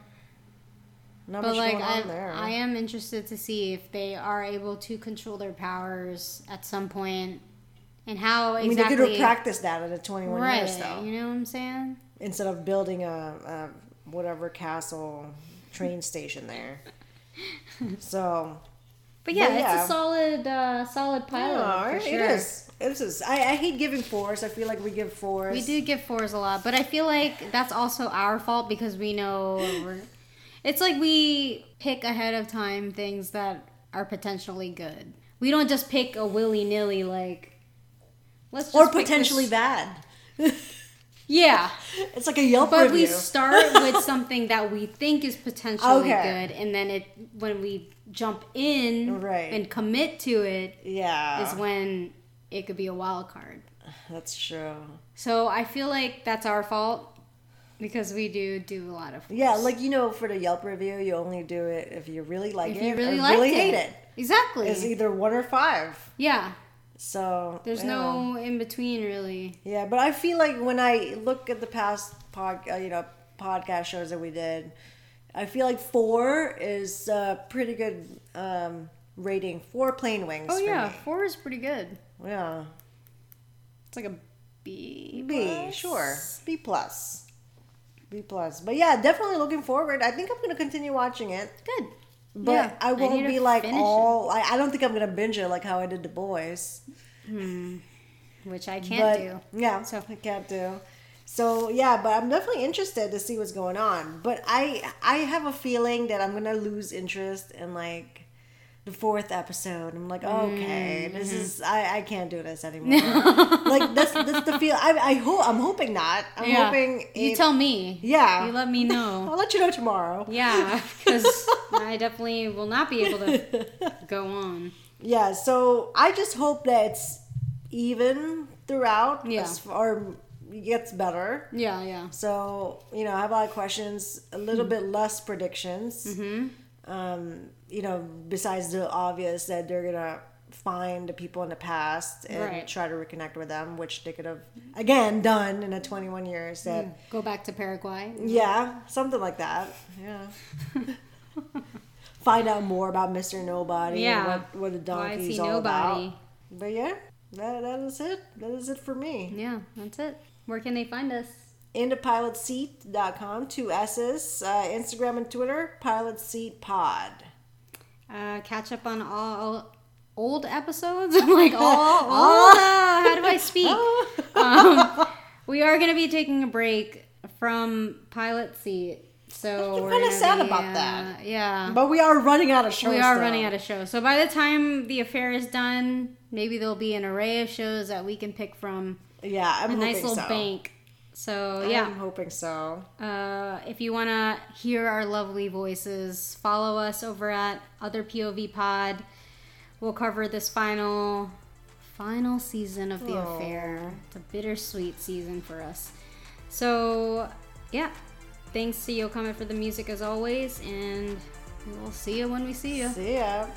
Speaker 2: Not
Speaker 1: But
Speaker 2: much
Speaker 1: like,
Speaker 2: going on
Speaker 1: I,
Speaker 2: there.
Speaker 1: I am interested to see if they are able to control their powers at some point, and how
Speaker 2: I mean,
Speaker 1: exactly.
Speaker 2: they could have practiced that at a 21
Speaker 1: right?
Speaker 2: years though,
Speaker 1: You know what I'm saying?
Speaker 2: instead of building a, a whatever castle train station there. So
Speaker 1: But yeah,
Speaker 2: But
Speaker 1: it's
Speaker 2: yeah.
Speaker 1: a solid, uh, solid pilot.
Speaker 2: yeah,
Speaker 1: for
Speaker 2: it
Speaker 1: sure.
Speaker 2: is. It is. I, I hate giving fours. I feel like we give fours.
Speaker 1: We do give fours a lot, but I feel like that's also our fault because we know we're. It's like we pick ahead of time things that are potentially good. We don't just pick a willy nilly like. Let's just
Speaker 2: or
Speaker 1: pick this-
Speaker 2: potentially bad.
Speaker 1: yeah,
Speaker 2: It's like a Yelp
Speaker 1: but
Speaker 2: review.
Speaker 1: we start with something that we think is potentially
Speaker 2: Okay.
Speaker 1: good, and then it when we jump in
Speaker 2: Right.
Speaker 1: and commit to it is
Speaker 2: yeah,
Speaker 1: when it could be a wild card.
Speaker 2: that's true.
Speaker 1: So I feel like that's our fault because we do do a lot of
Speaker 2: Yeah, like you know, for the Yelp review, you only do it if you really like
Speaker 1: if
Speaker 2: it
Speaker 1: you really
Speaker 2: or
Speaker 1: like
Speaker 2: really
Speaker 1: it.
Speaker 2: hate it.
Speaker 1: Exactly.
Speaker 2: It's either one or five.
Speaker 1: yeah.
Speaker 2: So
Speaker 1: There's
Speaker 2: yeah.
Speaker 1: no in between really.
Speaker 2: Yeah, but I feel like when I look at the past pod, uh, you know, podcast shows that we did, I feel like four is a pretty good um, rating. Four plain wings.
Speaker 1: Oh
Speaker 2: for
Speaker 1: yeah,
Speaker 2: me.
Speaker 1: four is pretty good.
Speaker 2: yeah.
Speaker 1: It's like a B.
Speaker 2: B, sure. B plus. B plus. But yeah, definitely looking forward. I think I'm gonna continue watching it.
Speaker 1: Good.
Speaker 2: But
Speaker 1: Yeah, I
Speaker 2: I won't
Speaker 1: need to
Speaker 2: be like
Speaker 1: finish it.
Speaker 2: all. I, I don't think I'm gonna binge it like how I did the boys.
Speaker 1: Which I can't
Speaker 2: but,
Speaker 1: do.
Speaker 2: Yeah,
Speaker 1: So-
Speaker 2: I can't do. So yeah, but I'm definitely interested to see what's going on. But I I have a feeling that I'm gonna lose interest in like the fourth episode. I'm like, "Oh, okay,
Speaker 1: Mm-hmm.
Speaker 2: this is I, I can't do this anymore. like that's that's the feel. I I hope I'm hoping not. I'm
Speaker 1: yeah.
Speaker 2: hoping
Speaker 1: you
Speaker 2: it-
Speaker 1: tell me.
Speaker 2: Yeah.
Speaker 1: You let me know.
Speaker 2: I'll let you know tomorrow.
Speaker 1: yeah, because I definitely will not be able to go on.
Speaker 2: Yeah, so I just hope that it's even throughout.
Speaker 1: Yeah.
Speaker 2: as- or gets better.
Speaker 1: Yeah, yeah.
Speaker 2: So you know, I have a lot of questions, a little bit less predictions.
Speaker 1: Mm-hmm.
Speaker 2: Um, you know, besides the obvious that they're gonna find the people in the past and
Speaker 1: Right.
Speaker 2: try to reconnect with them, which they could have again done in the 21 years. That
Speaker 1: Go back to Paraguay.
Speaker 2: yeah, something like that. Yeah. Find out more about Mr. Nobody.
Speaker 1: Yeah.
Speaker 2: Yeah. What, what the
Speaker 1: Why is
Speaker 2: donkey's
Speaker 1: he
Speaker 2: all
Speaker 1: nobody?
Speaker 2: about. But yeah, that, that is it. That is it for me.
Speaker 1: Yeah, that's it. Where can they find us?
Speaker 2: IntoPilotSeat.com, two S's, uh, Instagram and Twitter, Pilot Seat Pod.
Speaker 1: uh, catch up on all old episodes. I'm like, all, all, uh, how do I speak? um, we are going to be taking a break from Pilot Seat. So
Speaker 2: You're
Speaker 1: we're
Speaker 2: kinda
Speaker 1: gonna
Speaker 2: sad
Speaker 1: be,
Speaker 2: about
Speaker 1: uh,
Speaker 2: that.
Speaker 1: Yeah.
Speaker 2: But we are running out of shows.
Speaker 1: We are running out of shows. So by the time the affair is done, maybe there'll be an array of shows that we can pick from.
Speaker 2: Yeah, I'm
Speaker 1: A
Speaker 2: hoping
Speaker 1: nice little
Speaker 2: so.
Speaker 1: bank. So
Speaker 2: I'm
Speaker 1: yeah.
Speaker 2: hoping so.
Speaker 1: Uh, if you want to hear our lovely voices, follow us over at Other POV Pod. We'll cover this final, final season of The
Speaker 2: Aw.
Speaker 1: Affair. It's a bittersweet season for us. So, yeah. Thanks to Yo Comment for the music as always, and we will see you when we see you.
Speaker 2: See ya.